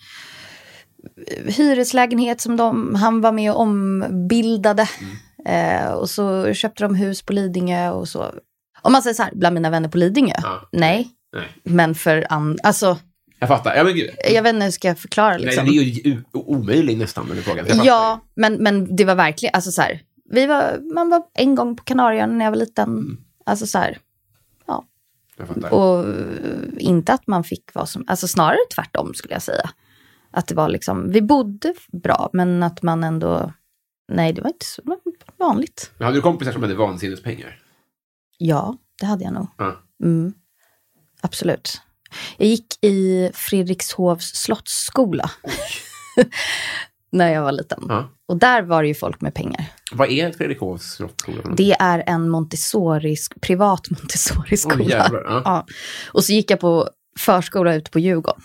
[SPEAKER 2] eh, hyreslägenhet som de, han var med och ombildade.
[SPEAKER 1] Mm.
[SPEAKER 2] Eh, och så köpte de hus på Lidingö och så. Om man säger så här, bland mina vänner på Lidingö,
[SPEAKER 1] Ja.
[SPEAKER 2] nej.
[SPEAKER 1] Nej.
[SPEAKER 2] Men för andra, alltså,
[SPEAKER 1] Jag fattar. Ja, men gud.
[SPEAKER 2] jag vet inte hur ska jag förklara liksom.
[SPEAKER 1] Nej, det är ju o- omöjligt nästan den här frågan. Jag fattar
[SPEAKER 2] Ja, men, men det var verkligen, alltså så här, vi var, man var en gång på Kanarieöarna när jag var liten.
[SPEAKER 1] Mm.
[SPEAKER 2] Alltså så här,
[SPEAKER 1] det. Jag fattar.
[SPEAKER 2] och eh, inte att man fick vad som, alltså snarare tvärtom skulle jag säga. Att det var liksom, vi bodde bra, men att man ändå, nej det var inte så det var vanligt.
[SPEAKER 1] Men hade du kompisar som hade vansinnespengar?
[SPEAKER 2] Ja, det hade jag nog.
[SPEAKER 1] Ja.
[SPEAKER 2] Mm. Absolut. Jag gick i Fredrikshovs slottsskola (laughs) när jag var liten.
[SPEAKER 1] Ja.
[SPEAKER 2] Och där var det ju folk med pengar.
[SPEAKER 1] Vad är Fredrikovs slottsskola? för någonting?
[SPEAKER 2] Det är en Montessori, privat (laughs)
[SPEAKER 1] Oj,
[SPEAKER 2] Montessori-skola.
[SPEAKER 1] jävlar. Ja.
[SPEAKER 2] ja. Och så gick jag på förskola ute på Djurgården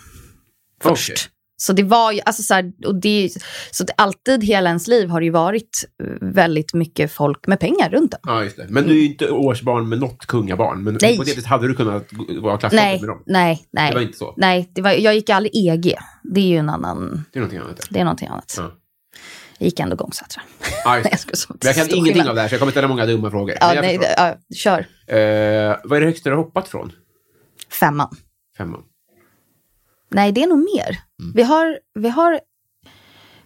[SPEAKER 2] först.
[SPEAKER 1] Okej.
[SPEAKER 2] Så det var ju, alltså så här, och det, är ju- så det, alltid hela ens liv har det ju varit eh, väldigt mycket folk med pengar runt en.
[SPEAKER 1] Ja, just det. Men du är ju inte årsbarn med något kungabarn. Men
[SPEAKER 2] Nej.
[SPEAKER 1] hypotetiskt hade du kunnat gå- vara
[SPEAKER 2] Nej,
[SPEAKER 1] klasskompis med dem.
[SPEAKER 2] nej, nej.
[SPEAKER 1] Det var inte så.
[SPEAKER 2] Nej, det var, jag gick aldrig EG. Det är ju en annan,
[SPEAKER 1] Det är någonting annat.
[SPEAKER 2] det är någonting annat.
[SPEAKER 1] Ja.
[SPEAKER 2] Jag gick ändå Gångsätra.
[SPEAKER 1] Ja, just
[SPEAKER 2] Nej,
[SPEAKER 1] det.
[SPEAKER 2] jag (laughs) skulle så-
[SPEAKER 1] Men jag kan
[SPEAKER 2] stor
[SPEAKER 1] ingenting
[SPEAKER 2] skillnad.
[SPEAKER 1] av det här, så jag kommer ställa många dumma frågor. Men
[SPEAKER 2] Ja,
[SPEAKER 1] jag
[SPEAKER 2] nej,
[SPEAKER 1] förstår.
[SPEAKER 2] det- ja, kör.
[SPEAKER 1] Eh, vad är det högsta du har hoppat från?
[SPEAKER 2] Femman.
[SPEAKER 1] Femman.
[SPEAKER 2] Nej, det är nog mer.
[SPEAKER 1] Mm.
[SPEAKER 2] Vi har, vi har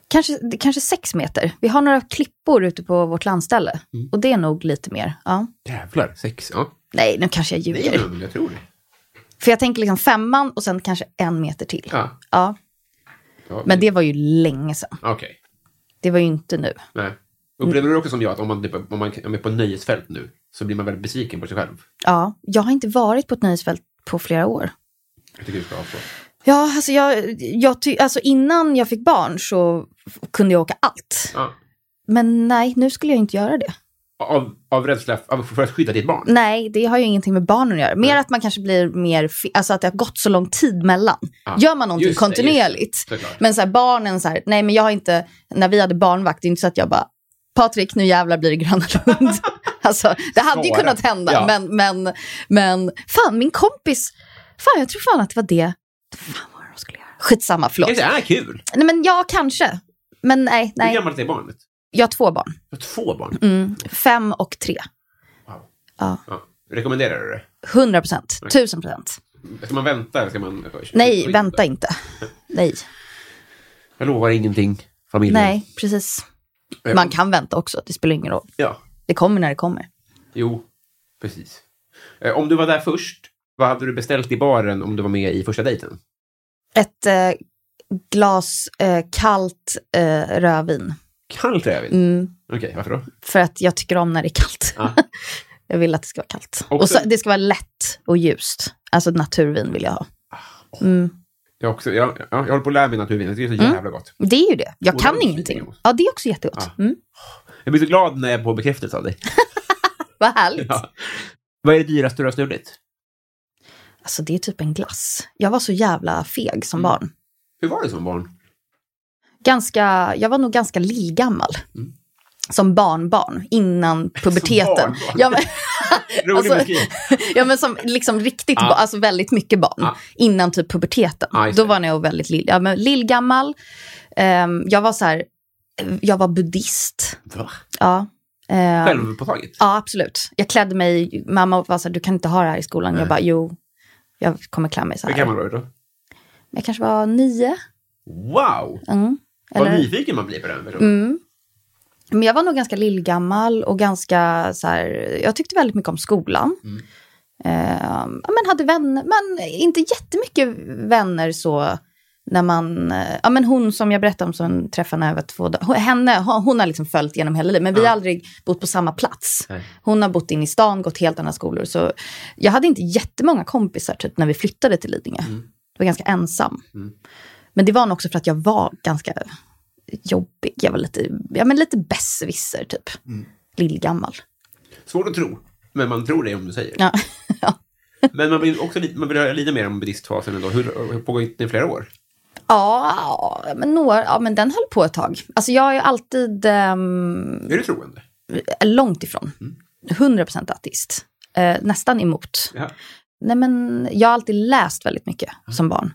[SPEAKER 2] kanske, det är kanske sex meter. Vi har några klippor ute på vårt landställe.
[SPEAKER 1] Mm.
[SPEAKER 2] Och det är nog lite mer. Ja.
[SPEAKER 1] Jävlar, sex. Ja.
[SPEAKER 2] Nej, nu kanske jag
[SPEAKER 1] Nej,
[SPEAKER 2] ljuger.
[SPEAKER 1] men jag tror det.
[SPEAKER 2] För jag tänker liksom femman och sen kanske en meter till.
[SPEAKER 1] Ja.
[SPEAKER 2] Ja.
[SPEAKER 1] Ja,
[SPEAKER 2] Men det var ju länge sedan.
[SPEAKER 1] Okej.
[SPEAKER 2] Det var ju inte nu.
[SPEAKER 1] Nej. Upplever du också som jag att om man, typ, om man om man är på nöjesfält nu så blir man väldigt besviken på sig själv?
[SPEAKER 2] Ja, jag har inte varit på ett nöjesfält på flera år.
[SPEAKER 1] Jag tycker du ska avstå.
[SPEAKER 2] Ja, alltså, jag, jag ty- alltså innan jag fick barn så f- kunde jag åka allt.
[SPEAKER 1] Ja.
[SPEAKER 2] Men nej, nu skulle jag inte göra det.
[SPEAKER 1] Av, av rädsla av, för att skydda ditt barn?
[SPEAKER 2] Nej, det har ju ingenting med barnen att göra. Mer att man kanske blir mer, fi- alltså att det har gått så lång tid mellan.
[SPEAKER 1] Ja.
[SPEAKER 2] Gör man någonting
[SPEAKER 1] Just det, just det.
[SPEAKER 2] kontinuerligt.
[SPEAKER 1] Såklart.
[SPEAKER 2] Men så här, barnen, så här, nej men jag har inte, när vi hade barnvakt, det är inte så att jag bara, Patrik nu jävlar blir det Gröna Lund. (laughs) alltså, det hade ju
[SPEAKER 1] Svåra.
[SPEAKER 2] kunnat hända,
[SPEAKER 1] Ja.
[SPEAKER 2] men, men, men fan min kompis, fan jag tror fan att det var det, fan vad de skulle göra. Skitsamma, förlåt.
[SPEAKER 1] Kanske är "Ah, kul.
[SPEAKER 2] Nej men ja, kanske. Men nej,
[SPEAKER 1] Hur
[SPEAKER 2] nej.
[SPEAKER 1] gammalt är barnet?
[SPEAKER 2] Jag har två barn.
[SPEAKER 1] Jag har två barn.
[SPEAKER 2] Mm. Fem och tre.
[SPEAKER 1] Wow.
[SPEAKER 2] Ja.
[SPEAKER 1] Ja. Rekommenderar du det?
[SPEAKER 2] 100 procent. 1000 procent.
[SPEAKER 1] Ska man vänta? eller Ska man...
[SPEAKER 2] Nej, vänta inte. Nej.
[SPEAKER 1] Jag lovar ingenting. Familjen.
[SPEAKER 2] Nej, precis. Man kan vänta också, det spelar ingen roll.
[SPEAKER 1] Ja.
[SPEAKER 2] Det kommer när det kommer.
[SPEAKER 1] Jo, precis. Eh, Om du var där först, vad hade du beställt i baren om du var med i första dejten?
[SPEAKER 2] Ett eh, glas eh, kallt eh, rödvin.
[SPEAKER 1] Kallt rödvin?
[SPEAKER 2] Mm,
[SPEAKER 1] Okej, varför då?
[SPEAKER 2] för att jag tycker om när det är kallt.
[SPEAKER 1] Ja.
[SPEAKER 2] (laughs) jag vill att det ska vara kallt.
[SPEAKER 1] Också-
[SPEAKER 2] Och så, det ska vara lätt och ljust. Alltså naturvin vill jag ha. Mm.
[SPEAKER 1] Jag, också, jag, ja, jag håller på att lära mig naturvin. Jag tycker det är så jävla gott.
[SPEAKER 2] Det är ju det. Jag
[SPEAKER 1] Och
[SPEAKER 2] kan
[SPEAKER 1] det är också
[SPEAKER 2] ingenting.
[SPEAKER 1] jättegott.
[SPEAKER 2] Ja, det är också jättegott.
[SPEAKER 1] Ja.
[SPEAKER 2] Mm.
[SPEAKER 1] Jag blir så glad när jag får bekräftelse av dig.
[SPEAKER 2] Vad härligt.
[SPEAKER 1] Ja. Vad är det dyraste du har snubblit?
[SPEAKER 2] Alltså det är typ en glass. Jag var så jävla feg
[SPEAKER 1] Mm.
[SPEAKER 2] som barn.
[SPEAKER 1] Hur var det som barn?
[SPEAKER 2] Ganska, jag var nog ganska lillgammal.
[SPEAKER 1] Mm.
[SPEAKER 2] Som barnbarn, innan puberteten.
[SPEAKER 1] barnbarn.
[SPEAKER 2] Ja, men,
[SPEAKER 1] Rolig
[SPEAKER 2] Alltså- (laughs)
[SPEAKER 1] beskrivning.
[SPEAKER 2] ja, men som liksom riktigt,
[SPEAKER 1] Ja.
[SPEAKER 2] ba- alltså väldigt mycket barn.
[SPEAKER 1] Ja.
[SPEAKER 2] Innan typ puberteten.
[SPEAKER 1] Ja, Ah. just
[SPEAKER 2] Då
[SPEAKER 1] det.
[SPEAKER 2] var jag väldigt lill, ja, men lillgammal. Ehm, jag var så här, jag var buddhist.
[SPEAKER 1] Va?
[SPEAKER 2] Ja. Ehm,
[SPEAKER 1] Självpåtaget?
[SPEAKER 2] Ja, absolut. Jag klädde mig, mamma var så här, du kan inte ha det här i skolan.
[SPEAKER 1] Nej.
[SPEAKER 2] Jag bara, jo, jag kommer klä mig så
[SPEAKER 1] Hur
[SPEAKER 2] här.
[SPEAKER 1] gammal var du då?
[SPEAKER 2] Jag kanske var nio.
[SPEAKER 1] Wow!
[SPEAKER 2] Mm.
[SPEAKER 1] Vad
[SPEAKER 2] Eller,
[SPEAKER 1] nyfiken man blir på den personen.
[SPEAKER 2] mm. Men jag var nog ganska lillgammal och ganska så här, jag tyckte väldigt mycket om skolan.
[SPEAKER 1] Mm.
[SPEAKER 2] Ehm, ja, men hade vänner, men inte jättemycket vänner så när man, eh, ja men hon som jag berättade om som träffade när jag var två dagar, henne, hon hon har liksom följt genom hela livet, men vi
[SPEAKER 1] Ja.
[SPEAKER 2] har aldrig bott på samma plats.
[SPEAKER 1] Nej.
[SPEAKER 2] Hon har bott in i stan, gått helt andra skolor. Så jag hade inte jättemånga kompisar typ, när vi flyttade till Lidingö. Jag var ganska ensam.
[SPEAKER 1] Mm.
[SPEAKER 2] Men det var nog också för att jag var ganska jobbig. Jag var lite, ja, men lite besserwisser, typ.
[SPEAKER 1] Mm.
[SPEAKER 2] Lillgammal.
[SPEAKER 1] Svårt att tro, men man tror det om du säger.
[SPEAKER 2] Ja. (laughs)
[SPEAKER 1] Men man vill också lite, man vill höra lite mer om buddhistfasen ändå. Hur, hur pågår den i flera år?
[SPEAKER 2] ja, men några, ja, men den höll på ett tag. Alltså jag är ju alltid ehm,
[SPEAKER 1] Är du troende?
[SPEAKER 2] långt ifrån.
[SPEAKER 1] Mm.
[SPEAKER 2] 100% ateist. Eh, nästan emot.
[SPEAKER 1] Ja. Mm.
[SPEAKER 2] Nej, men jag har alltid läst väldigt mycket som barn.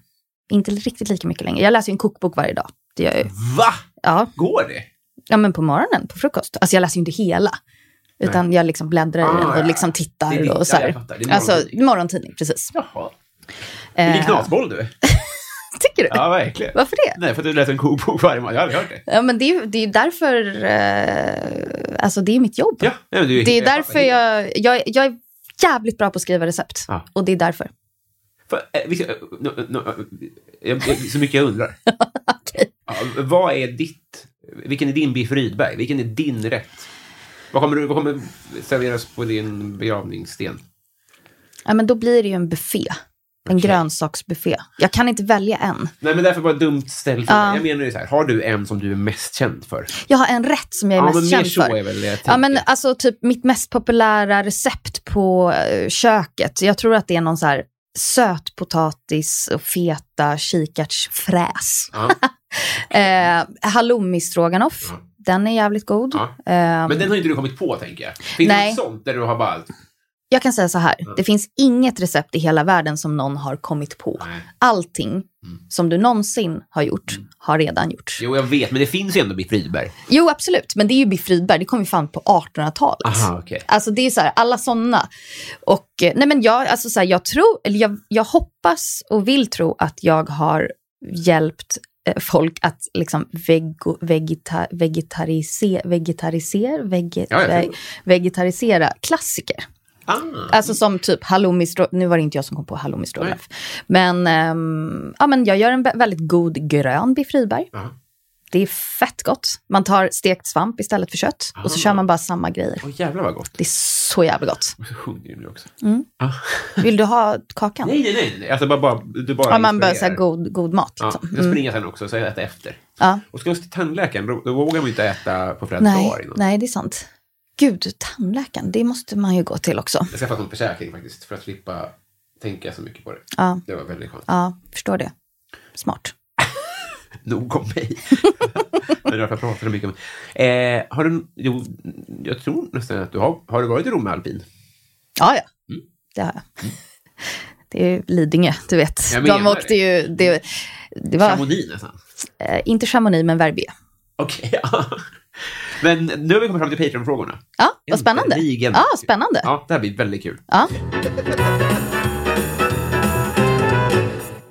[SPEAKER 2] Inte riktigt lika mycket längre. Jag läser ju en kokbok varje dag. Det gör jag ju.
[SPEAKER 1] Va?
[SPEAKER 2] Ja,
[SPEAKER 1] Går det?
[SPEAKER 2] ja, men på morgonen, på frukost. Alltså jag läser ju inte hela. Utan jag liksom bläddrar i den
[SPEAKER 1] Ah, ja.
[SPEAKER 2] och liksom
[SPEAKER 1] Det är
[SPEAKER 2] tittar.
[SPEAKER 1] ditt-
[SPEAKER 2] Och så
[SPEAKER 1] ja, jag
[SPEAKER 2] här.
[SPEAKER 1] fattar. Det är
[SPEAKER 2] Alltså
[SPEAKER 1] morgontidning.
[SPEAKER 2] morgontidning, precis.
[SPEAKER 1] Jaha. Du
[SPEAKER 2] Eh,
[SPEAKER 1] är knasboll du.
[SPEAKER 2] tycker du?
[SPEAKER 1] Ja, verkligen.
[SPEAKER 2] Varför det?
[SPEAKER 1] Nej, för att du läser en kokbok varje morgon. Jag har aldrig hört det.
[SPEAKER 2] Ja, men det är ju det är ju därför, eh, alltså det är mitt jobb.
[SPEAKER 1] Ja, nej, men du
[SPEAKER 2] Det är
[SPEAKER 1] jag fattar
[SPEAKER 2] därför
[SPEAKER 1] helt.
[SPEAKER 2] jag, jag, jag är jävligt bra på att skriva recept.
[SPEAKER 1] Ja.
[SPEAKER 2] Och det är därför.
[SPEAKER 1] För, eh, vi ska, eh, no, no, eh, jag, jag- så mycket jag
[SPEAKER 2] (laughs)
[SPEAKER 1] undrar. ja, vad är ditt... Vilken är din biff Rydberg? Vilken är din rätt? Vad kommer, du- vad kommer serveras på din begravningssten?
[SPEAKER 2] Ja, men då blir det ju en buffé. En
[SPEAKER 1] Okej.
[SPEAKER 2] grönsaksbuffé. Jag kan inte välja en.
[SPEAKER 1] Nej, men därför bara dumt ställ för
[SPEAKER 2] Ja.
[SPEAKER 1] Jag menar ju så här, har du en som du är mest känd för?
[SPEAKER 2] Jag har en rätt som jag är
[SPEAKER 1] Ja, men
[SPEAKER 2] mest
[SPEAKER 1] mer
[SPEAKER 2] känd
[SPEAKER 1] så
[SPEAKER 2] för.
[SPEAKER 1] är väl det jag
[SPEAKER 2] ja, men
[SPEAKER 1] tänker.
[SPEAKER 2] alltså typ mitt mest populära recept på eh, köket. Jag tror att det är någon så här sötpotatis och feta kikärtsfräs. (laughs)
[SPEAKER 1] Ja.
[SPEAKER 2] Eh, halloumi stroganoff.
[SPEAKER 1] Ja.
[SPEAKER 2] Den är jävligt god.
[SPEAKER 1] Ja.
[SPEAKER 2] Eh,
[SPEAKER 1] Men den har ju inte du kommit på, tänker jag. Finns det
[SPEAKER 2] Nej.
[SPEAKER 1] något sånt där du har bara...
[SPEAKER 2] Jag kan säga så här, det finns inget recept i hela världen som någon har kommit på.
[SPEAKER 1] Nej. Mm.
[SPEAKER 2] Allting som du någonsin har gjort har redan gjorts.
[SPEAKER 1] Jo, jag vet, men det finns ju ändå biff Rydberg.
[SPEAKER 2] Jo, absolut, men det är ju Biff Rydberg, det kom ju fan på 1800-talet.
[SPEAKER 1] Aha, okej.
[SPEAKER 2] Alltså det är så här, alla sådana. Och eh, nej men jag, alltså så här, jag tror, eller jag, jag hoppas och vill tro att jag har hjälpt eh, folk att liksom vego, vegeta, vegetarise, vegetarise, vege,
[SPEAKER 1] Ja, jag tror
[SPEAKER 2] ve-
[SPEAKER 1] det.
[SPEAKER 2] vegetarisera klassiker.
[SPEAKER 1] Ah.
[SPEAKER 2] Alltså som typ halloumi strå- Nu var det inte jag som kom på halloumi stroganoff. Men, ehm, ja, men jag gör en vä- väldigt god grön biff Rydberg.
[SPEAKER 1] Ja.
[SPEAKER 2] Det är fett gott. Man tar stekt svamp istället för kött. Och så kör man bara samma grejer.
[SPEAKER 1] Åh jävlar vad gott.
[SPEAKER 2] Det är så jävla gott.
[SPEAKER 1] Och så hungrig jag blir också.
[SPEAKER 2] Mm. Vill du ha kakan?
[SPEAKER 1] Nej, nej, nej. nej. Alltså bara, bara, du bara
[SPEAKER 2] ja, man bör
[SPEAKER 1] inspirerar.
[SPEAKER 2] säga god, god mat.
[SPEAKER 1] Ja,
[SPEAKER 2] Liksom.
[SPEAKER 1] jag springer sen också, så jag äter efter.
[SPEAKER 2] Ja.
[SPEAKER 1] Och ska jag till tandläkaren, då, då vågar man ju inte äta på flera
[SPEAKER 2] Mm. Nej,
[SPEAKER 1] dagar innan.
[SPEAKER 2] nej, det är sant. Gud, tandläkaren, det måste man ju gå till också.
[SPEAKER 1] Jag skaffade en sån försäkring faktiskt, för att slippa tänka så mycket på det.
[SPEAKER 2] Ja,
[SPEAKER 1] Det var väldigt skönt.
[SPEAKER 2] ja förstår det. Smart.
[SPEAKER 1] Nog om mig. (laughs) Men jag pratar så mycket om eh, Har du, jo, jag tror nästan att du har, har du varit i Rom med alpin?
[SPEAKER 2] Ja, ja.
[SPEAKER 1] Mm.
[SPEAKER 2] Det har jag. (laughs) Det är ju Lidingö, du vet.
[SPEAKER 1] Jag
[SPEAKER 2] De
[SPEAKER 1] menar det. Mm.
[SPEAKER 2] åkte ju... Det, det var
[SPEAKER 1] Chamonix nästan?
[SPEAKER 2] eh, inte Chamonix, men Verbier.
[SPEAKER 1] Okej, ja. Men nu har vi kommit fram till Patreon-frågorna.
[SPEAKER 2] Ja, vad spännande.
[SPEAKER 1] Äntligen.
[SPEAKER 2] Ja, spännande.
[SPEAKER 1] Ja, det här blir väldigt kul.
[SPEAKER 2] Ja.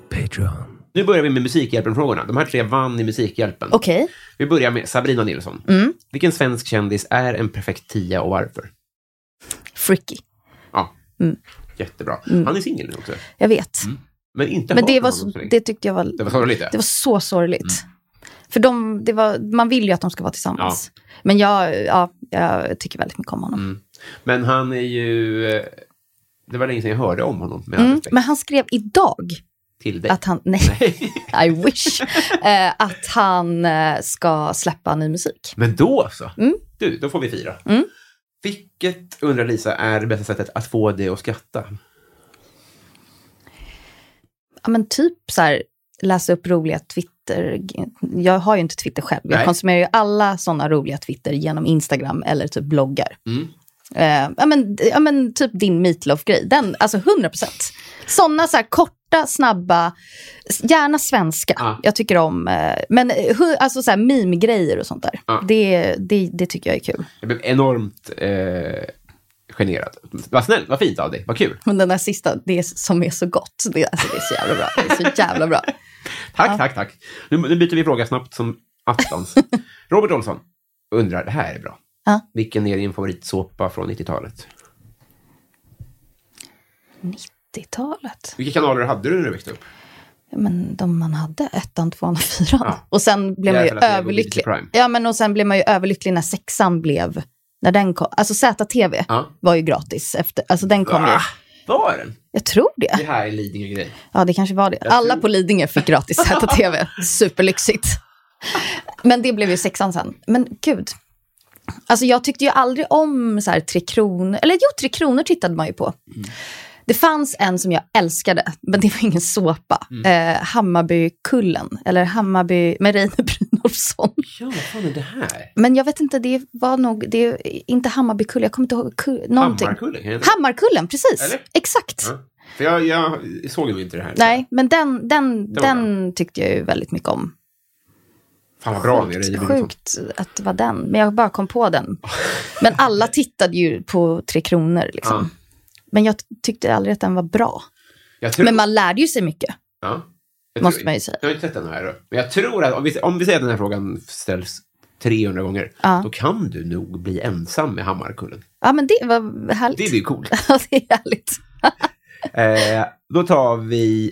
[SPEAKER 4] Patreon.
[SPEAKER 1] Nu börjar vi med Musikhjälpen-frågorna. De här tre vann i Musikhjälpen.
[SPEAKER 2] Okej.
[SPEAKER 1] Vi börjar med Sabrina Nilsson.
[SPEAKER 2] Mm.
[SPEAKER 1] Vilken svensk kändis är en perfekt tia och varför?
[SPEAKER 2] Freaky.
[SPEAKER 1] Ja,
[SPEAKER 2] Mm.
[SPEAKER 1] jättebra. Han är singel nu också.
[SPEAKER 2] Jag vet.
[SPEAKER 1] Men inte
[SPEAKER 2] Men
[SPEAKER 1] hört
[SPEAKER 2] det,
[SPEAKER 1] från
[SPEAKER 2] var,
[SPEAKER 1] honom
[SPEAKER 2] så-
[SPEAKER 1] så länge.
[SPEAKER 2] det tyckte jag var...
[SPEAKER 1] det var Mm. sorgligt. ja.
[SPEAKER 2] Det var så sorgligt. För de, det var, man vill ju att de ska vara tillsammans. Men jag, ja, jag tycker väldigt mycket om honom.
[SPEAKER 1] Mm. Men han är ju... eh, Det var länge sedan jag hörde om honom. Med all
[SPEAKER 2] Mm,
[SPEAKER 1] respekt.
[SPEAKER 2] men han skrev idag
[SPEAKER 1] Till dig.
[SPEAKER 2] att han, nej, (laughs) I wish, eh, att han eh, ska släppa ny musik.
[SPEAKER 1] Men då så.
[SPEAKER 2] Mm.
[SPEAKER 1] Du, då får vi fira.
[SPEAKER 2] Mm.
[SPEAKER 1] Vilket, undrar Lisa, är det bästa sättet att få dig att skratta?
[SPEAKER 2] Ja, men typ så här, läsa upp roliga Twitter. Jag har ju inte Twitter själv. Jag
[SPEAKER 1] Nej.
[SPEAKER 2] konsumerar ju alla sådana roliga Twitter genom Instagram eller typ bloggar.
[SPEAKER 1] Mm.
[SPEAKER 2] Eh, ja, men, ja, men typ din meatloaf-grej. Den, alltså 100 procent. Sådana så här korta, snabba, s- gärna svenska.
[SPEAKER 1] Ja.
[SPEAKER 2] Jag tycker om, eh, men eh, hu- alltså så här meme-grejer och sånt där.
[SPEAKER 1] Ja.
[SPEAKER 2] Det, det, det tycker jag är kul.
[SPEAKER 1] Jag blev enormt eh, generad. Vad snällt, vad fint av dig, vad kul.
[SPEAKER 2] Men den där sista, det som är så gott, det, alltså, det är så jävla bra. Det är så
[SPEAKER 1] (laughs)
[SPEAKER 2] jävla bra.
[SPEAKER 1] Tack, tack, tack. Nu, nu byter vi fråga snabbt som
[SPEAKER 2] (laughs)
[SPEAKER 1] attans. Robert Olsson undrar, det här är bra.
[SPEAKER 2] Ja.
[SPEAKER 1] Vilken är din favoritsåpa från 90-talet?
[SPEAKER 2] 90-talet.
[SPEAKER 1] Vilka kanaler hade du när du växte upp?
[SPEAKER 2] Ja, Men de man hade, ettan, tvåan och fyran.
[SPEAKER 1] Ja.
[SPEAKER 2] Och sen blev man ju
[SPEAKER 1] Jävlar, det är Google
[SPEAKER 2] överlycklig.
[SPEAKER 1] Prime.
[SPEAKER 2] Ja, men och sen blev man ju överlycklig när sexan blev, när den kom. Alltså ZTV
[SPEAKER 1] Ja.
[SPEAKER 2] var ju gratis efter, alltså den kom ju.
[SPEAKER 1] Ah, var den?
[SPEAKER 2] Jag tror det.
[SPEAKER 1] Det här är Lidingö-grej.
[SPEAKER 2] Ja, det kanske var det. Alla på Lidingö fick gratis
[SPEAKER 1] (laughs)
[SPEAKER 2] ZTV. Superlyxigt. Men det blev ju sexan sen. Men gud. Alltså jag tyckte ju aldrig om så här Tre Kronor. Eller jo, Tre Kronor tittade man ju på.
[SPEAKER 1] Mm.
[SPEAKER 2] Det fanns en som jag älskade, men det var ingen såpa.
[SPEAKER 1] Mm.
[SPEAKER 2] Eh, Hammarbykullen, eller Hammarby med Reine Brynolfsson.
[SPEAKER 1] Ja, vad fan är det här?
[SPEAKER 2] Men jag vet inte, det var nog, det är inte Hammarbykullen, jag kommer inte ihåg, kull, någonting.
[SPEAKER 1] Hammarkullen? kan jag inte-
[SPEAKER 2] Hammarkullen, precis.
[SPEAKER 1] Eller?
[SPEAKER 2] Exakt.
[SPEAKER 1] Ja. För jag, jag såg ju inte det här.
[SPEAKER 2] Nej, men den, den,
[SPEAKER 1] Det var
[SPEAKER 2] den tyckte jag ju väldigt mycket om.
[SPEAKER 1] Fan vad bra ni är. liksom-
[SPEAKER 2] Sjukt,
[SPEAKER 1] Reine
[SPEAKER 2] sjukt att det var den, men jag bara kom på den. Men alla tittade ju på Tre Kronor. Liksom.
[SPEAKER 1] Ja.
[SPEAKER 2] Men jag tyckte aldrig att den var bra.
[SPEAKER 1] Jag tror,
[SPEAKER 2] Men man lärde ju sig mycket.
[SPEAKER 1] ja. jag
[SPEAKER 2] Måste
[SPEAKER 1] tror,
[SPEAKER 2] man ju säga.
[SPEAKER 1] Jag har inte sett den här. då. Men jag tror att om vi, om vi säger att den här frågan ställs 300 gånger,
[SPEAKER 2] Ja.
[SPEAKER 1] då kan du nog bli ensam med Hammarkullen.
[SPEAKER 2] Ja, men det var härligt.
[SPEAKER 1] Det är ju coolt.
[SPEAKER 2] (laughs) Ja, det är härligt.
[SPEAKER 1] Eh, då tar vi...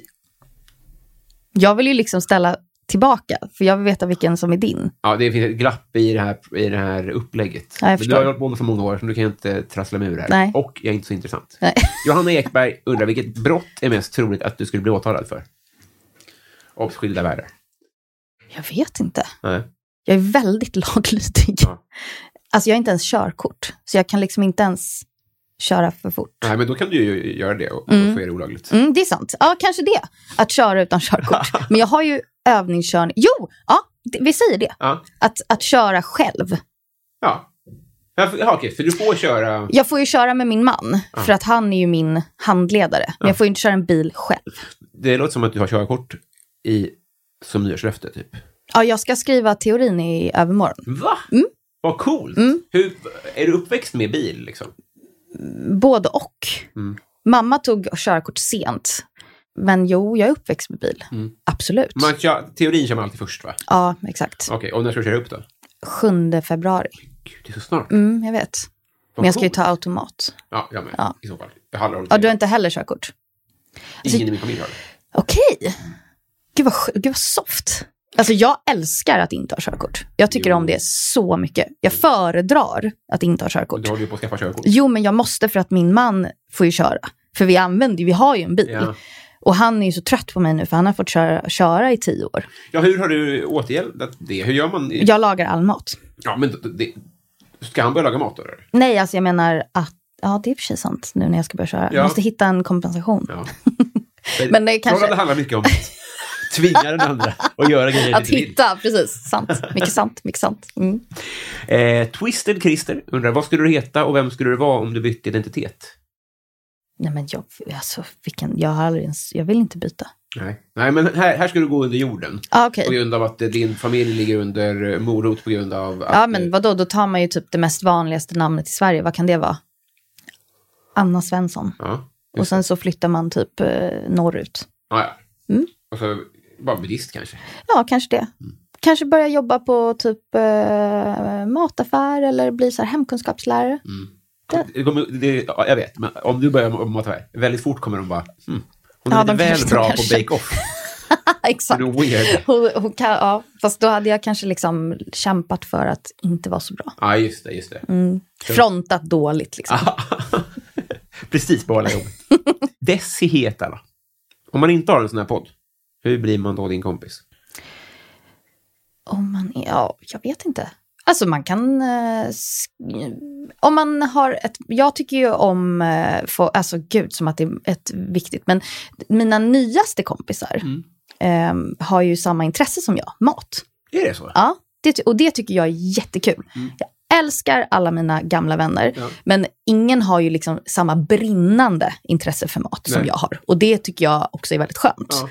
[SPEAKER 2] Jag vill ju liksom ställa tillbaka, för jag vill veta vilken som är din.
[SPEAKER 1] Ja, det finns ett glapp i det här, i det här upplägget.
[SPEAKER 2] Ja, jag
[SPEAKER 1] Men du
[SPEAKER 2] förstår.
[SPEAKER 1] har hållit på med så många år, så du kan ju inte trassla mig ur det här.
[SPEAKER 2] Nej.
[SPEAKER 1] Och jag är inte så intressant.
[SPEAKER 2] Nej. (laughs)
[SPEAKER 1] Johanna Ekberg undrar, vilket brott är mest troligt att du skulle bli åtalad för? Och skilda världar.
[SPEAKER 2] Jag vet inte.
[SPEAKER 1] Nej.
[SPEAKER 2] Jag är väldigt (laughs) laglydig.
[SPEAKER 1] Ja.
[SPEAKER 2] Alltså, jag har inte ens körkort, så jag kan liksom inte ens köra för fort.
[SPEAKER 1] Nej, men då kan du ju göra det och, och så är det olagligt.
[SPEAKER 2] Mm, det är sant. Ja, kanske det. Att köra utan körkort. Men jag har ju övningskörning. Jo, ja, det, vi säger det.
[SPEAKER 1] Ja.
[SPEAKER 2] Att, att köra själv.
[SPEAKER 1] Ja. Ja, för- ja, okej, för du får köra...
[SPEAKER 2] Jag får ju köra med min man, för att han är ju min handledare. Men jag får ju inte köra en bil själv.
[SPEAKER 1] Det låter som att du har körkort i, som nyårslöfte, typ.
[SPEAKER 2] Ja, jag ska skriva teorin i övermorgon.
[SPEAKER 1] Va? Mm.
[SPEAKER 2] Mm.
[SPEAKER 1] Vad coolt! Hur, är du uppväxt med bil, liksom?
[SPEAKER 2] Både och. Mamma tog körkort sent. Men jo, jag är uppväxt med bil. Absolut.
[SPEAKER 1] Man kör, teorin kör man alltid först, va?
[SPEAKER 2] Ja, exakt.
[SPEAKER 1] Okej, och när ska du köra upp då?
[SPEAKER 2] 7 februari.
[SPEAKER 1] Gud, det är så snart.
[SPEAKER 2] Mm, jag vet. Men jag ska ju ta automat.
[SPEAKER 1] Ja, jag med.
[SPEAKER 2] Ja.
[SPEAKER 1] I så fall. Jag har aldrig
[SPEAKER 2] Ja, du har inte alltså- heller körkort?
[SPEAKER 1] Ingen i min familj har det.
[SPEAKER 2] Okej. Gud, vad, skö- gud vad soft. Alltså jag älskar att inte ha körkort. Jag tycker
[SPEAKER 1] Jo.
[SPEAKER 2] om det så mycket. Jag föredrar att inte ha
[SPEAKER 1] Och
[SPEAKER 2] körkort.
[SPEAKER 1] Du håller ju på att skaffa körkort.
[SPEAKER 2] Jo, men jag måste för att min man får ju köra. För vi använder ju, vi har ju en bil.
[SPEAKER 1] Ja.
[SPEAKER 2] Och han är ju så trött på mig nu för han har fått köra, köra i tio år.
[SPEAKER 1] Ja, hur har du återgäldat det? Hur gör man? Ja,
[SPEAKER 2] Jag lagar all mat.
[SPEAKER 1] men det... Ska han börja laga mat då? eller?
[SPEAKER 2] Nej, alltså jag menar att, ja det är i och för sig sant nu när jag ska börja köra.
[SPEAKER 1] Ja.
[SPEAKER 2] Jag måste hitta en kompensation.
[SPEAKER 1] Ja.
[SPEAKER 2] (laughs) Men det är kanske-
[SPEAKER 1] Förhållande handlar mycket om att tvinga den andra att göra grejer
[SPEAKER 2] Att
[SPEAKER 1] lite till.
[SPEAKER 2] hitta, precis. Sant. Mycket sant, mycket sant. Mm.
[SPEAKER 1] Eh, Twisted Christer undrar, vad skulle du heta och vem skulle du vara om du bytte identitet?
[SPEAKER 2] Nej men jag, alltså, vilken, jag, har aldrig ens, jag vill inte byta.
[SPEAKER 1] Nej, Nej men här, här ska du gå under jorden.
[SPEAKER 2] Ah, okej.
[SPEAKER 1] På grund av att eh, din familj ligger under eh, morot på grund av att...
[SPEAKER 2] Ja
[SPEAKER 1] eh,
[SPEAKER 2] men vadå, då tar man ju typ det mest vanligaste namnet i Sverige. Vad kan det vara? Anna Svensson.
[SPEAKER 1] Ja,
[SPEAKER 2] Och sen så flyttar man typ eh, norrut.
[SPEAKER 1] ja. ja.
[SPEAKER 2] Mm.
[SPEAKER 1] Och så bara buddhist kanske.
[SPEAKER 2] Ja, kanske det. Kanske börja jobba på typ eh, mataffär eller bli så här hemkunskapslärare. Det-
[SPEAKER 1] Det kommer, det, ja, jag vet, men om du börjar med mata här, väldigt fort kommer de bara... Hmm, hon är
[SPEAKER 2] Ja,
[SPEAKER 1] lite
[SPEAKER 2] de
[SPEAKER 1] väl
[SPEAKER 2] kanske-
[SPEAKER 1] bra
[SPEAKER 2] kanske.
[SPEAKER 1] på
[SPEAKER 2] (laughs)
[SPEAKER 1] Bake-Off.
[SPEAKER 2] (laughs) Exakt.
[SPEAKER 1] Det är weird.
[SPEAKER 2] Hon, hon kan, ja, fast då hade jag kanske liksom kämpat för att inte vara så bra.
[SPEAKER 1] Ja, just det, just det.
[SPEAKER 2] Mm. Frontat dåligt liksom.
[SPEAKER 1] (laughs) Precis, behålla jobbet. Desi heter alla. Om man inte har en sån här podd, hur blir man då din kompis?
[SPEAKER 2] Om man är, ja, jag vet inte. Alltså man kan... eh, sk- Om man har ett... Jag tycker ju om... eh, Få, alltså gud, som att det är ett viktigt... Men mina nyaste kompisar eh, har ju samma intresse som jag, mat.
[SPEAKER 1] Är det så?
[SPEAKER 2] Ja, det, ty- och det tycker jag är jättekul. Jag älskar alla mina gamla vänner,
[SPEAKER 1] Mm. Ja.
[SPEAKER 2] men ingen har ju liksom samma brinnande intresse för mat som
[SPEAKER 1] Nej.
[SPEAKER 2] jag har. Och det tycker jag också är väldigt skönt.
[SPEAKER 1] Ja.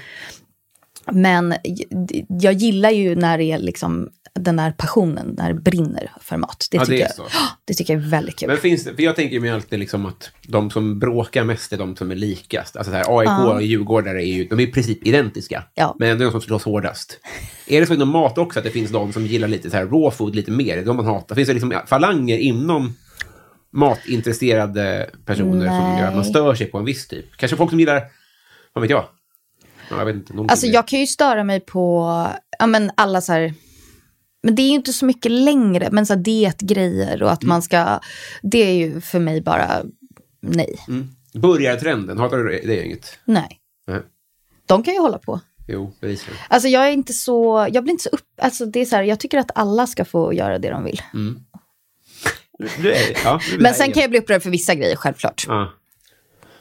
[SPEAKER 2] Men j- d- jag gillar ju när det är liksom den där passionen, när det brinner för mat. Det,
[SPEAKER 1] Ja, det
[SPEAKER 2] tycker,
[SPEAKER 1] är så.
[SPEAKER 2] jag, (gasps) det tycker jag är väldigt kul.
[SPEAKER 1] Men finns det, för jag tänker mig alltid liksom att de som bråkar mest är de som är likast. Alltså så här, AIK och djurgårdare är ju de är i princip identiska,
[SPEAKER 2] Ja.
[SPEAKER 1] men ändå är de som slåss hårdast. Är det så inom mat också, att det finns de som gillar lite så här raw food lite mer? Det är de man hatar. Finns det liksom falanger inom matintresserade personer som
[SPEAKER 2] Nej.
[SPEAKER 1] gör att man stör sig på en viss typ? Kanske folk som gillar, vad vet jag? Ja, jag vet inte, någonting
[SPEAKER 2] Alltså
[SPEAKER 1] mer.
[SPEAKER 2] jag kan ju störa mig på, ja men alla så här, men det är ju inte så mycket längre, men så här dietgrejer och att
[SPEAKER 1] Mm.
[SPEAKER 2] man ska, det är ju för mig bara nej.
[SPEAKER 1] Mm. Burgartrenden, hatar du det? Det är inget.
[SPEAKER 2] Nej,
[SPEAKER 1] Nej.
[SPEAKER 2] de kan ju hålla på.
[SPEAKER 1] Jo, bevisligen.
[SPEAKER 2] Alltså jag är inte så, jag blir inte så upp, alltså det är så här, jag tycker att alla ska få göra det de vill.
[SPEAKER 1] Mm. Du, du är, ja, du är
[SPEAKER 2] Men sen kan jag bli upprörd för vissa grejer, självklart.
[SPEAKER 1] Ja.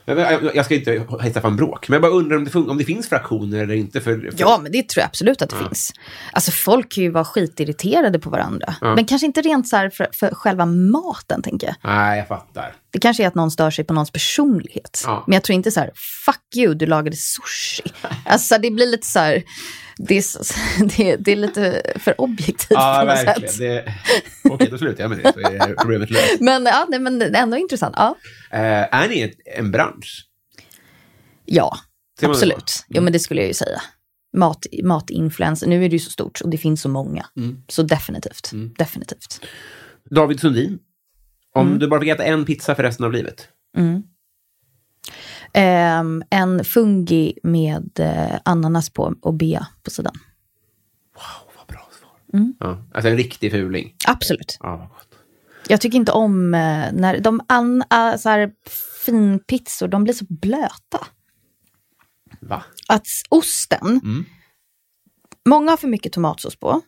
[SPEAKER 1] Men Jag, jag- jag ska inte hitta fram bråk, men jag bara undrar om det, fun- om det finns fraktioner eller inte. För, för,
[SPEAKER 2] Ja, men det tror jag absolut att det finns. Alltså folk kan ju vara skitirriterade på varandra. Men kanske inte rent så här för, för själva maten, tänker jag.
[SPEAKER 1] Nej, jag fattar.
[SPEAKER 2] Det kanske är att någon stör sig på någons personlighet.
[SPEAKER 1] Ja.
[SPEAKER 2] Men jag tror inte så här, fuck you, du lagade sushi. Alltså det blir lite så här, det är, så- (laughs) det, det är lite för objektivt
[SPEAKER 1] Ja,
[SPEAKER 2] (laughs) på något
[SPEAKER 1] verkligen.
[SPEAKER 2] sätt.
[SPEAKER 1] Det, okej, då slutar jag med det, så är problemet löst.
[SPEAKER 2] Men, ja, nej, men ändå intressant. Ja,
[SPEAKER 1] Eh, är ni ett, en bransch?
[SPEAKER 2] ja
[SPEAKER 1] Ser man det
[SPEAKER 2] absolut.
[SPEAKER 1] så?
[SPEAKER 2] Jo, men det skulle jag ju säga. Mat, matinfluencer, nu är det ju så stort och det finns så många.
[SPEAKER 1] Mm.
[SPEAKER 2] Så definitivt, definitivt.
[SPEAKER 1] David Sundin, om
[SPEAKER 2] Mm.
[SPEAKER 1] du bara fick äta en pizza för resten av livet?
[SPEAKER 2] Ehm, en fungi med eh, ananas på och bea på sidan.
[SPEAKER 1] Vad bra svar.
[SPEAKER 2] Mm.
[SPEAKER 1] Ja, alltså en riktig fuling.
[SPEAKER 2] Absolut.
[SPEAKER 1] Ja, vad gott.
[SPEAKER 2] Jag tycker inte om eh, när de an, uh, så här finpizzor, de blir så blöta.
[SPEAKER 1] Va?
[SPEAKER 2] Att s- osten,
[SPEAKER 1] Mm.
[SPEAKER 2] många har för mycket tomatsås på.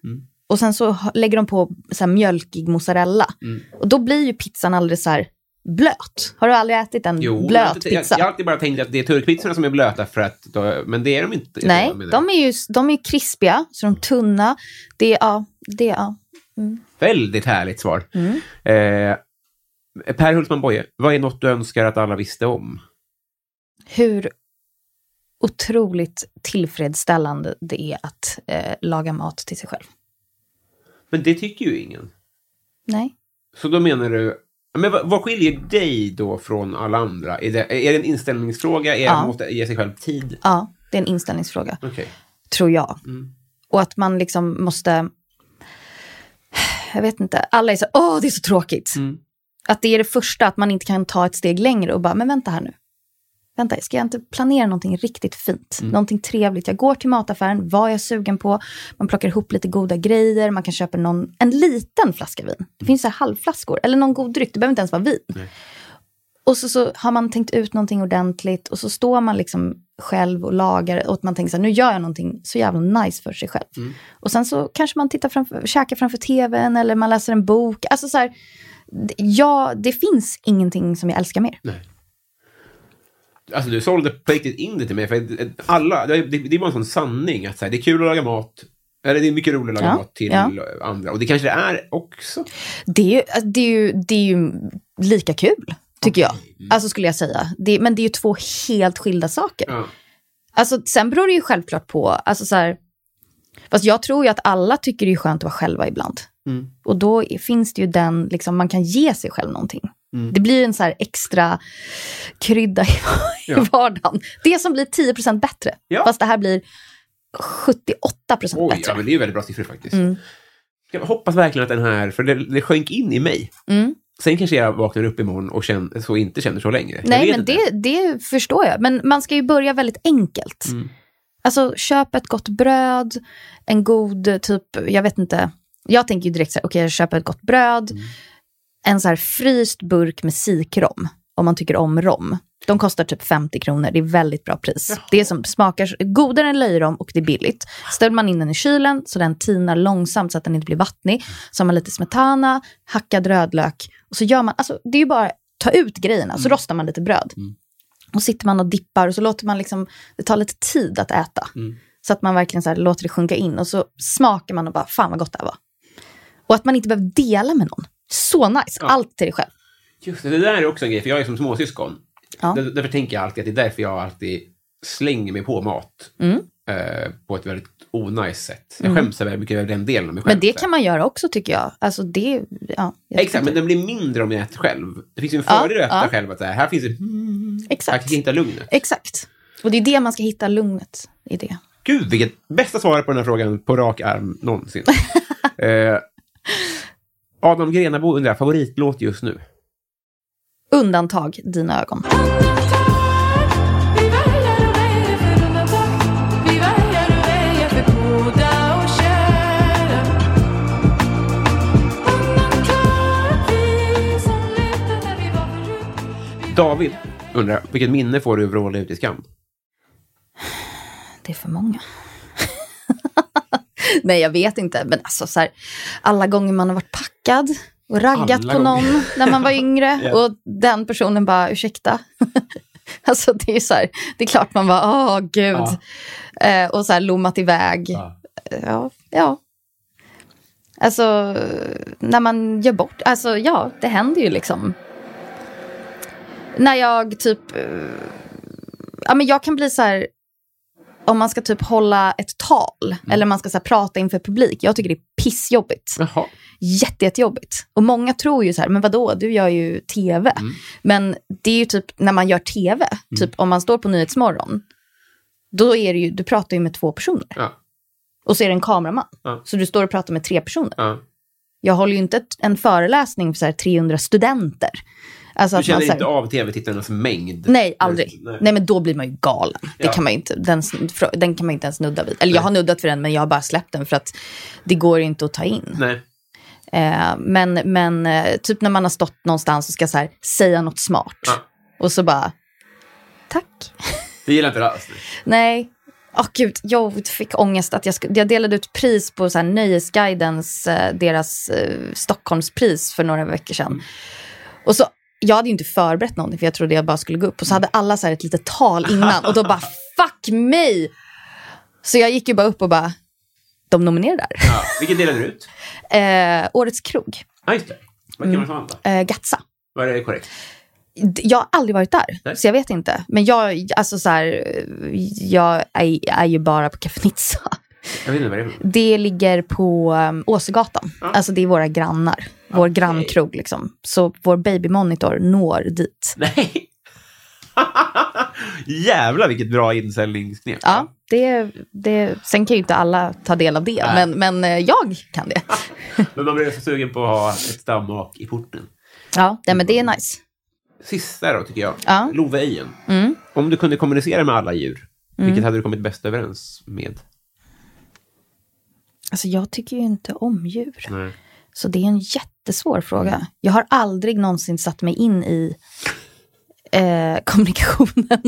[SPEAKER 2] Och sen så ha- lägger de på så här mjölkig mozzarella.
[SPEAKER 1] Mm.
[SPEAKER 2] Och då blir ju pizzan alldeles så här blöt. Har du aldrig ätit en
[SPEAKER 1] jag, har
[SPEAKER 2] blöt
[SPEAKER 1] alltid- jag,
[SPEAKER 2] pizza?
[SPEAKER 1] jag har alltid bara tänkt att det är turkpizzorna som är blöta, för att, då, men det är de inte.
[SPEAKER 2] Nej,
[SPEAKER 1] Jag menar.
[SPEAKER 2] de är ju de är ju krispiga, så de är tunna. Det är, ja, det är, ja.
[SPEAKER 1] Väldigt härligt svar. Eh, per Hultman Boye, vad är något du önskar att alla visste om?
[SPEAKER 2] hur otroligt tillfredsställande det är att eh, laga mat till sig själv.
[SPEAKER 1] Men det tycker ju ingen.
[SPEAKER 2] Nej.
[SPEAKER 1] Så då menar du... Men vad, vad skiljer dig då från alla andra? Är det, är det en inställningsfråga? Är det att man måste ge sig själv tid?
[SPEAKER 2] Ja, det är en inställningsfråga,
[SPEAKER 1] Okej.
[SPEAKER 2] tror jag. Och att man liksom måste... Jag vet inte. Alla är så åh, det är så tråkigt. Att det är det första, att man inte kan ta ett steg längre och bara, men vänta här nu. Vänta, ska jag inte planera någonting riktigt fint? Någonting trevligt. Jag går till mataffären, vad är jag sugen på? Man plockar ihop lite goda grejer, man kan köpa någon, en liten flaska vin. Det finns så här halvflaskor, eller någon god dryck, det behöver inte ens vara vin. Och så, så har man tänkt ut någonting ordentligt och så står man liksom själv och lagar och att man tänker så här, nu gör jag någonting så jävla nice för sig själv. Och sen så kanske man tittar framför, käkar framför tvn eller man läser en bok. Alltså så här, d- ja, det finns ingenting som jag älskar mer.
[SPEAKER 1] Alltså du sålde på riktigt in det till mig. För att alla, det, det, det är bara en sån sanning att så här, det är kul att laga mat. Eller det är mycket roligt att laga
[SPEAKER 2] Ja,
[SPEAKER 1] mat till
[SPEAKER 2] ja.
[SPEAKER 1] andra. Och det kanske det är också.
[SPEAKER 2] Det är ju, alltså, det är ju, det är ju lika kul, tycker jag. Alltså skulle jag säga. Det, men det är ju två helt skilda saker.
[SPEAKER 1] Ja.
[SPEAKER 2] Alltså, sen beror det ju självklart på... Alltså, så här, fast jag tror ju att alla tycker det är skönt att vara själva ibland.
[SPEAKER 1] Mm.
[SPEAKER 2] Och då i- finns det ju den... Liksom, man kan ge sig själv någonting.
[SPEAKER 1] Mm.
[SPEAKER 2] Det blir ju en så här extra krydda i, i vardagen. Det som blir 10 bättre,
[SPEAKER 1] Ja.
[SPEAKER 2] fast det här blir 78
[SPEAKER 1] Oj,
[SPEAKER 2] bättre. Mm.
[SPEAKER 1] ja, men det är ju väldigt bra siffror faktiskt. Jag hoppas verkligen att den här, för det, det sjönk in i mig.
[SPEAKER 2] Mm.
[SPEAKER 1] Sen kanske jag vaknar upp imorgon och känner, så inte känner så längre. Jag
[SPEAKER 2] Nej,
[SPEAKER 1] vet
[SPEAKER 2] men
[SPEAKER 1] inte.
[SPEAKER 2] det, det förstår jag. Men man ska ju börja väldigt enkelt.
[SPEAKER 1] Mm.
[SPEAKER 2] Alltså, köp ett gott bröd, en god eh, typ, jag vet inte. Jag tänker ju direkt så här, okej, jag köper ett gott bröd, en så här fryst burk med sikrom, om man tycker om rom. De kostar typ 50 kronor, det är väldigt bra pris. Det är som smakar godare än löjrom och det är billigt. Ställer man in den i kylen så den tinar långsamt så att den inte blir vattnig. Så har man lite smetana, hackad rödlök och så gör man, alltså det är ju bara ta ut grejerna, så rostar man lite bröd. Och sitter man och dippar och så låter man liksom, det tar lite tid att äta. Så att man verkligen så här låter det sjunka in och så smakar man och bara, fan vad gott det här var. Och att man inte behöver dela med någon. Så nice, allt till dig själv.
[SPEAKER 1] Just det, det där är också en grej, för jag är som småsyskon.
[SPEAKER 2] Ja.
[SPEAKER 1] Där, därför tänker jag alltid att det är därför jag alltid slänger mig på mat.
[SPEAKER 2] Mm.
[SPEAKER 1] Eh, på ett väldigt onajs sätt. Jag skäms väldigt mycket över den delen av mig själv.
[SPEAKER 2] Men det
[SPEAKER 1] så här.
[SPEAKER 2] kan man göra också tycker jag. Alltså det, ja. jag
[SPEAKER 1] Exakt, men
[SPEAKER 2] tycker-
[SPEAKER 1] den blir mindre om jag äter själv. Det finns ju en
[SPEAKER 2] Ja,
[SPEAKER 1] fördel att äta
[SPEAKER 2] ja.
[SPEAKER 1] själv. Att så här, här finns det... Här kan
[SPEAKER 2] Exakt.
[SPEAKER 1] jag hitta lugnet.
[SPEAKER 2] Exakt. Och det är det man ska hitta lugnet i det.
[SPEAKER 1] Gud, vilket bästa svar på den här frågan på rak arm
[SPEAKER 2] (laughs)
[SPEAKER 1] någonsin. eh, Adam Grenabo undrar, favoritlåt just nu?
[SPEAKER 2] Undantag dina ögon.
[SPEAKER 1] David undrar, vilket minne får du av att vråla ut i skam?
[SPEAKER 2] Det är för många. (laughs) Nej, jag vet inte. Men alltså, så här, alla gånger man har varit packad och raggat
[SPEAKER 1] Alla
[SPEAKER 2] på någon
[SPEAKER 1] gånger.
[SPEAKER 2] (laughs) när man var yngre
[SPEAKER 1] (laughs) Ja.
[SPEAKER 2] och den personen bara, ursäkta. (laughs) alltså, det är ju så här, det är klart man bara, åh gud. Eh, och så här lommat iväg.
[SPEAKER 1] Ja.
[SPEAKER 2] Eh, Ja, ja. Alltså, när man gör bort, alltså ja, det händer ju liksom. När jag typ, eh, ja men jag kan bli så här, om man ska typ hålla ett tal
[SPEAKER 1] Mm.
[SPEAKER 2] eller man ska så här prata inför publik. Jag tycker det är pissjobbigt.
[SPEAKER 1] Jaha.
[SPEAKER 2] Jätte, jättejobbigt. Och många tror ju så här, men vadå, du gör ju tv.
[SPEAKER 1] Mm.
[SPEAKER 2] Men det är ju typ när man gör tv, typ om man står på Nyhetsmorgon, då är det ju, du pratar ju med två personer.
[SPEAKER 1] Ja.
[SPEAKER 2] Och så är det en kameraman.
[SPEAKER 1] Ja.
[SPEAKER 2] Så du står och pratar med tre personer.
[SPEAKER 1] Ja.
[SPEAKER 2] Jag håller ju inte ett, en föreläsning för så här 300 studenter. Alltså
[SPEAKER 1] Du
[SPEAKER 2] att man
[SPEAKER 1] känner
[SPEAKER 2] så här,
[SPEAKER 1] inte av tv-tittarnas mängd?
[SPEAKER 2] Nej, aldrig.
[SPEAKER 1] Nej.
[SPEAKER 2] Nej. men då blir man ju galen. Det
[SPEAKER 1] Ja.
[SPEAKER 2] kan man ju inte, den, den kan man ju inte ens nudda vid. Eller jag har nuddat för den, men jag har bara släppt den för att det går ju inte att ta in.
[SPEAKER 1] Nej.
[SPEAKER 2] Eh, men men eh, typ när man har stått någonstans och ska så här, säga något smart.
[SPEAKER 1] Ja.
[SPEAKER 2] Och så bara, tack.
[SPEAKER 1] Det gillar inte det alls.
[SPEAKER 2] Nej. Åh gud, jag fick ångest att jag, sku- jag delade ut pris på så här Nöjesguidens, eh, deras eh, Stockholmspris för några veckor sedan. Och så, jag hade ju inte förberett någonting för jag trodde jag bara skulle gå upp. Och så hade alla så här ett litet tal innan och då bara fuck mig! Så jag gick ju bara upp och bara, de nominerade där.
[SPEAKER 1] Ja. Vilken delar du ut?
[SPEAKER 2] Eh, årets krog,
[SPEAKER 1] Ja, just det. Vad kan man ta an då?
[SPEAKER 2] eh, Gatsa.
[SPEAKER 1] Vad är det korrekt?
[SPEAKER 2] D- Jag har aldrig varit där,
[SPEAKER 1] Nej.
[SPEAKER 2] så jag vet inte. Men jag, alltså så här, jag är, är ju bara på Café Nizza.
[SPEAKER 1] Jag vet inte vad det är. för något.
[SPEAKER 2] Det ligger på um, Åsegatan. Alltså det är våra grannar. Vår grannkrog liksom. Så vår babymonitor når dit.
[SPEAKER 1] Nej! (laughs) Jävlar vilket bra insäljningsknep.
[SPEAKER 2] Ja, det, det, sen kan ju inte alla ta del av det, men, men eh, jag kan det.
[SPEAKER 1] Men man blev så sugen på att ha ett stammak i porten.
[SPEAKER 2] Ja, nej, men det är nice.
[SPEAKER 1] Sista då, tycker jag.
[SPEAKER 2] Ja. Mm.
[SPEAKER 1] Loveejen. Om du kunde kommunicera med alla djur, vilket hade du kommit bäst överens med?
[SPEAKER 2] Alltså jag tycker ju inte om djur. Så det är en jättesvår fråga. Jag har aldrig någonsin satt mig in i eh, (laughs) kommunikationen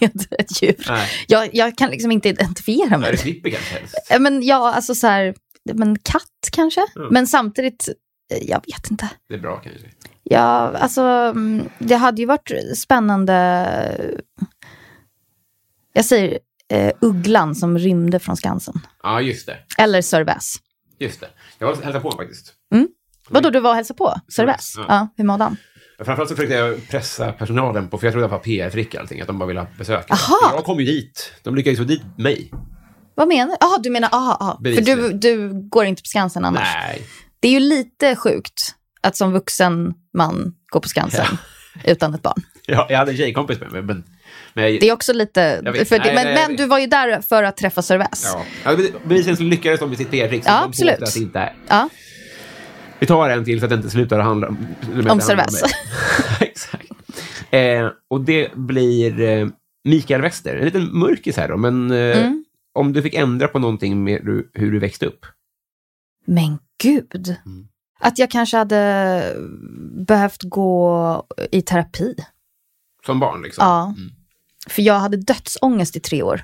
[SPEAKER 2] med ett djur.
[SPEAKER 1] Nej.
[SPEAKER 2] (laughs) Jag, jag kan liksom inte identifiera
[SPEAKER 1] Är
[SPEAKER 2] mig.
[SPEAKER 1] det Flipper kanske helst?
[SPEAKER 2] Eh, Men ja, alltså så här, men katt kanske?
[SPEAKER 1] Mm.
[SPEAKER 2] Men samtidigt, eh, jag vet inte.
[SPEAKER 1] Det är bra kanske.
[SPEAKER 2] Ja, alltså mm, det hade ju varit spännande. Jag säger eh, ugglan som rymde från Skansen.
[SPEAKER 1] Ja, just det.
[SPEAKER 2] Eller Sir Väs.
[SPEAKER 1] Just det. Jag var och hälsade på honom faktiskt.
[SPEAKER 2] Vadå, du var och hälsade på Sir
[SPEAKER 1] Sir
[SPEAKER 2] Väs?
[SPEAKER 1] Väs,
[SPEAKER 2] Ja.
[SPEAKER 1] Mm. ja.
[SPEAKER 2] hur mådde han?
[SPEAKER 1] Framförallt så försökte jag pressa personalen på, för jag trodde att det var PR-fricka allting, att de bara ville ha besök.
[SPEAKER 2] Aha!
[SPEAKER 1] Jag kom ju dit. De lyckades få dit mig.
[SPEAKER 2] Vad menar du? Jaha, du menar, aha, aha. För du,
[SPEAKER 1] Bevisligen.
[SPEAKER 2] du går inte på Skansen annars.
[SPEAKER 1] Nej.
[SPEAKER 2] Det är ju lite sjukt att som vuxen man gå på Skansen utan ett barn.
[SPEAKER 1] Ja, jag hade en tjejkompis med mig, men... men jag,
[SPEAKER 2] Det är också lite...
[SPEAKER 1] Jag vet.
[SPEAKER 2] För det,
[SPEAKER 1] Nej,
[SPEAKER 2] men
[SPEAKER 1] nej, jag
[SPEAKER 2] men
[SPEAKER 1] vet.
[SPEAKER 2] du var ju där för att träffa Sir Väs.
[SPEAKER 1] ja. Ja, bevis- Bevisligen så lyckades de med sitt PR-trick. som
[SPEAKER 2] Ja,
[SPEAKER 1] de påstår
[SPEAKER 2] absolut.
[SPEAKER 1] Att det inte är.
[SPEAKER 2] Ja.
[SPEAKER 1] Vi tar en till så att det inte slutar att handla om... med att det handlar
[SPEAKER 2] Servais.
[SPEAKER 1] mig. (laughs) Exakt. Eh, och det blir eh, Mikael Wester. En liten mörkis här då, men eh,
[SPEAKER 2] Mm.
[SPEAKER 1] om du fick ändra på någonting med du, hur du växte upp?
[SPEAKER 2] Men gud.
[SPEAKER 1] Mm.
[SPEAKER 2] Att jag kanske hade behövt gå i terapi.
[SPEAKER 1] Som barn liksom?
[SPEAKER 2] Ja. För jag hade dödsångest i tre år.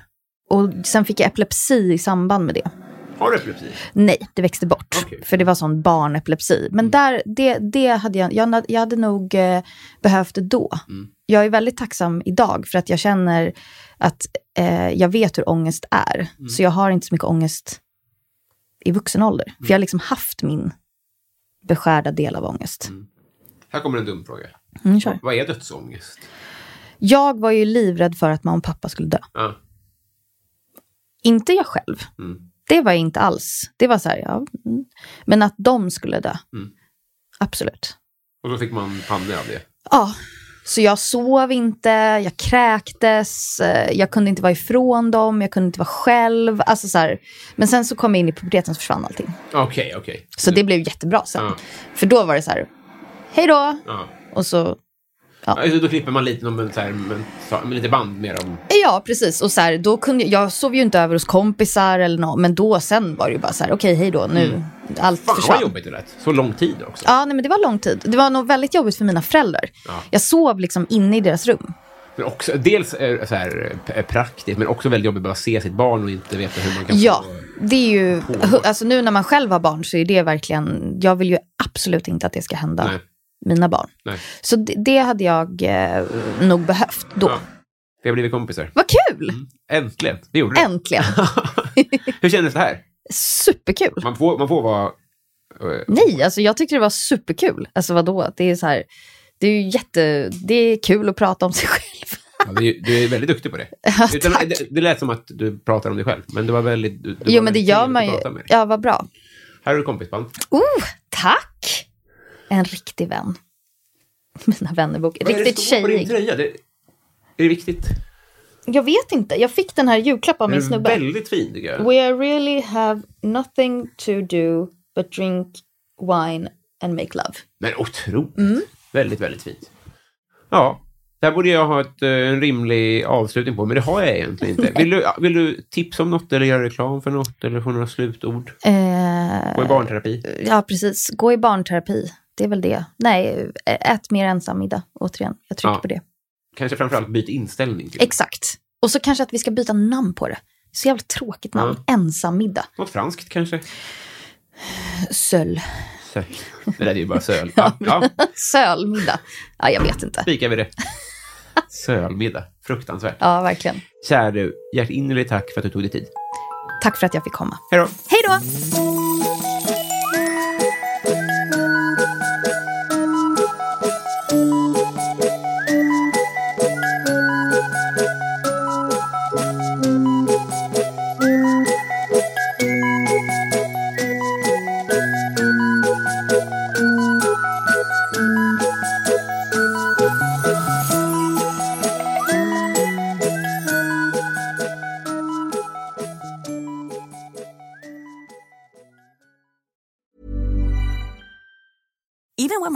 [SPEAKER 2] Och sen fick jag epilepsi i samband med det.
[SPEAKER 1] Har du epilepsi?
[SPEAKER 2] Nej, det växte bort.
[SPEAKER 1] Okej. Mm.
[SPEAKER 2] För det var sån barnepilepsi. Men där, det, det hade jag, jag, jag hade nog eh, behövt det då.
[SPEAKER 1] Mm.
[SPEAKER 2] Jag är väldigt tacksam idag för att jag känner att eh, jag vet hur ångest är.
[SPEAKER 1] Mm.
[SPEAKER 2] Så jag har inte så mycket ångest i vuxen ålder.
[SPEAKER 1] Mm.
[SPEAKER 2] För jag har liksom haft min beskärda del av ångest.
[SPEAKER 1] Mm. Här kommer en dum fråga.
[SPEAKER 2] Mm, kör.
[SPEAKER 1] Vad är dödsångest?
[SPEAKER 2] Jag var ju livrädd för att mamma och pappa skulle dö.
[SPEAKER 1] Ja.
[SPEAKER 2] Inte jag själv.
[SPEAKER 1] Mm.
[SPEAKER 2] Det var jag inte alls. Det var så här, ja. mm. Men att de skulle dö.
[SPEAKER 1] Mm.
[SPEAKER 2] Absolut.
[SPEAKER 1] Och då fick man pannor av det.
[SPEAKER 2] Ja. Så jag sov inte, jag kräktes, eh, jag kunde inte vara ifrån dem, jag kunde inte vara själv. Alltså så här. Men sen så kom jag in i puberteten så försvann allting.
[SPEAKER 1] Okej, okej.
[SPEAKER 2] Så det blev jättebra sen.
[SPEAKER 1] Ja.
[SPEAKER 2] För då var det så här, hej då!
[SPEAKER 1] Ja.
[SPEAKER 2] Och så,
[SPEAKER 1] Ja. just det, Då klipper man lite, någon, men så här, men, så, men lite band med dem.
[SPEAKER 2] ja precis. Och så här, då kunde jag, jag sov ju inte över hos kompisar eller något, men då sen var det ju bara så här, okej hej då, nu, allt
[SPEAKER 1] Mm. Fan
[SPEAKER 2] försvann.
[SPEAKER 1] vad jobbigt det lät. Så lång tid också.
[SPEAKER 2] Ja, nej, men det var lång tid. Det var nog väldigt jobbigt för mina föräldrar.
[SPEAKER 1] Ja.
[SPEAKER 2] Jag sov liksom inne i deras rum.
[SPEAKER 1] Men också, dels är det så här, eh, praktiskt, men också väldigt jobbigt att behöva se sitt barn och inte veta hur man kan
[SPEAKER 2] Ja,
[SPEAKER 1] få...
[SPEAKER 2] det är ju, alltså nu när man själv har barn så är det verkligen, jag vill ju absolut inte att det ska hända
[SPEAKER 1] Nej.
[SPEAKER 2] mina barn.
[SPEAKER 1] Nej.
[SPEAKER 2] Så det, det hade jag eh, nog behövt då.
[SPEAKER 1] Ja. Mm. Vi har blivit kompisar.
[SPEAKER 2] Vad kul!
[SPEAKER 1] Äntligen! Det gjorde det.
[SPEAKER 2] (laughs) Äntligen!
[SPEAKER 1] Hur kändes det här?
[SPEAKER 2] Superkul!
[SPEAKER 1] Man får, man får vara... eh,
[SPEAKER 2] Nej, alltså jag tyckte det var superkul. Alltså vadå, det är så här, det är ju jätte, det är kul att prata om sig (laughs) själv.
[SPEAKER 1] Ja, du, du är väldigt duktig på
[SPEAKER 2] (laughs)
[SPEAKER 1] det. Utan,
[SPEAKER 2] tack.
[SPEAKER 1] det. Det lät som att du pratar om dig själv, men det var väldigt... Du, du
[SPEAKER 2] Jo
[SPEAKER 1] var
[SPEAKER 2] men det
[SPEAKER 1] väldigt
[SPEAKER 2] gör
[SPEAKER 1] trevligt
[SPEAKER 2] man
[SPEAKER 1] att
[SPEAKER 2] ju.
[SPEAKER 1] prata med dig.
[SPEAKER 2] Ja, vad bra.
[SPEAKER 1] Här har du kompisband.
[SPEAKER 2] Oh, tack! En riktig vän. (laughs) Mina vännerbok.
[SPEAKER 1] Vad är det
[SPEAKER 2] Riktigt
[SPEAKER 1] som står på din
[SPEAKER 2] tjejig.
[SPEAKER 1] tröja? Det, är det viktigt?
[SPEAKER 2] Jag vet inte. Jag fick den här i julklapp av
[SPEAKER 1] Den
[SPEAKER 2] min
[SPEAKER 1] är
[SPEAKER 2] snubbe.
[SPEAKER 1] väldigt fin, tycker jag.
[SPEAKER 2] We really have nothing to do but drink wine and make love.
[SPEAKER 1] Men otroligt. Väldigt, väldigt fint. Ja, där borde jag ha ett, eh, en rimlig avslutning på, men det har jag egentligen inte. Vill du, vill du tipsa om något eller göra reklam för något eller få några slutord? Gå i barnterapi.
[SPEAKER 2] Eh, ja, precis. Gå i barnterapi. Det är väl det. Nej, ät mer ensam middag. Återigen, jag trycker
[SPEAKER 1] Ja.
[SPEAKER 2] på det.
[SPEAKER 1] Kanske framförallt byt inställning till
[SPEAKER 2] Exakt. Och så kanske att vi ska byta namn på det. Så jävla tråkigt namn. Ensam middag.
[SPEAKER 1] något franskt kanske.
[SPEAKER 2] Söl. (laughs)
[SPEAKER 1] Söl. Det där är ju bara söl. Ja, ja
[SPEAKER 2] Sölmiddag. Ja, jag vet inte.
[SPEAKER 1] spikar vi det. Sölmiddag. Fruktansvärt.
[SPEAKER 2] Ja, verkligen.
[SPEAKER 1] Kära du, hjärtinnerligt tack för att du tog dig tid.
[SPEAKER 2] Tack för att jag fick komma.
[SPEAKER 1] Hej då!
[SPEAKER 2] Hej då!
[SPEAKER 5] when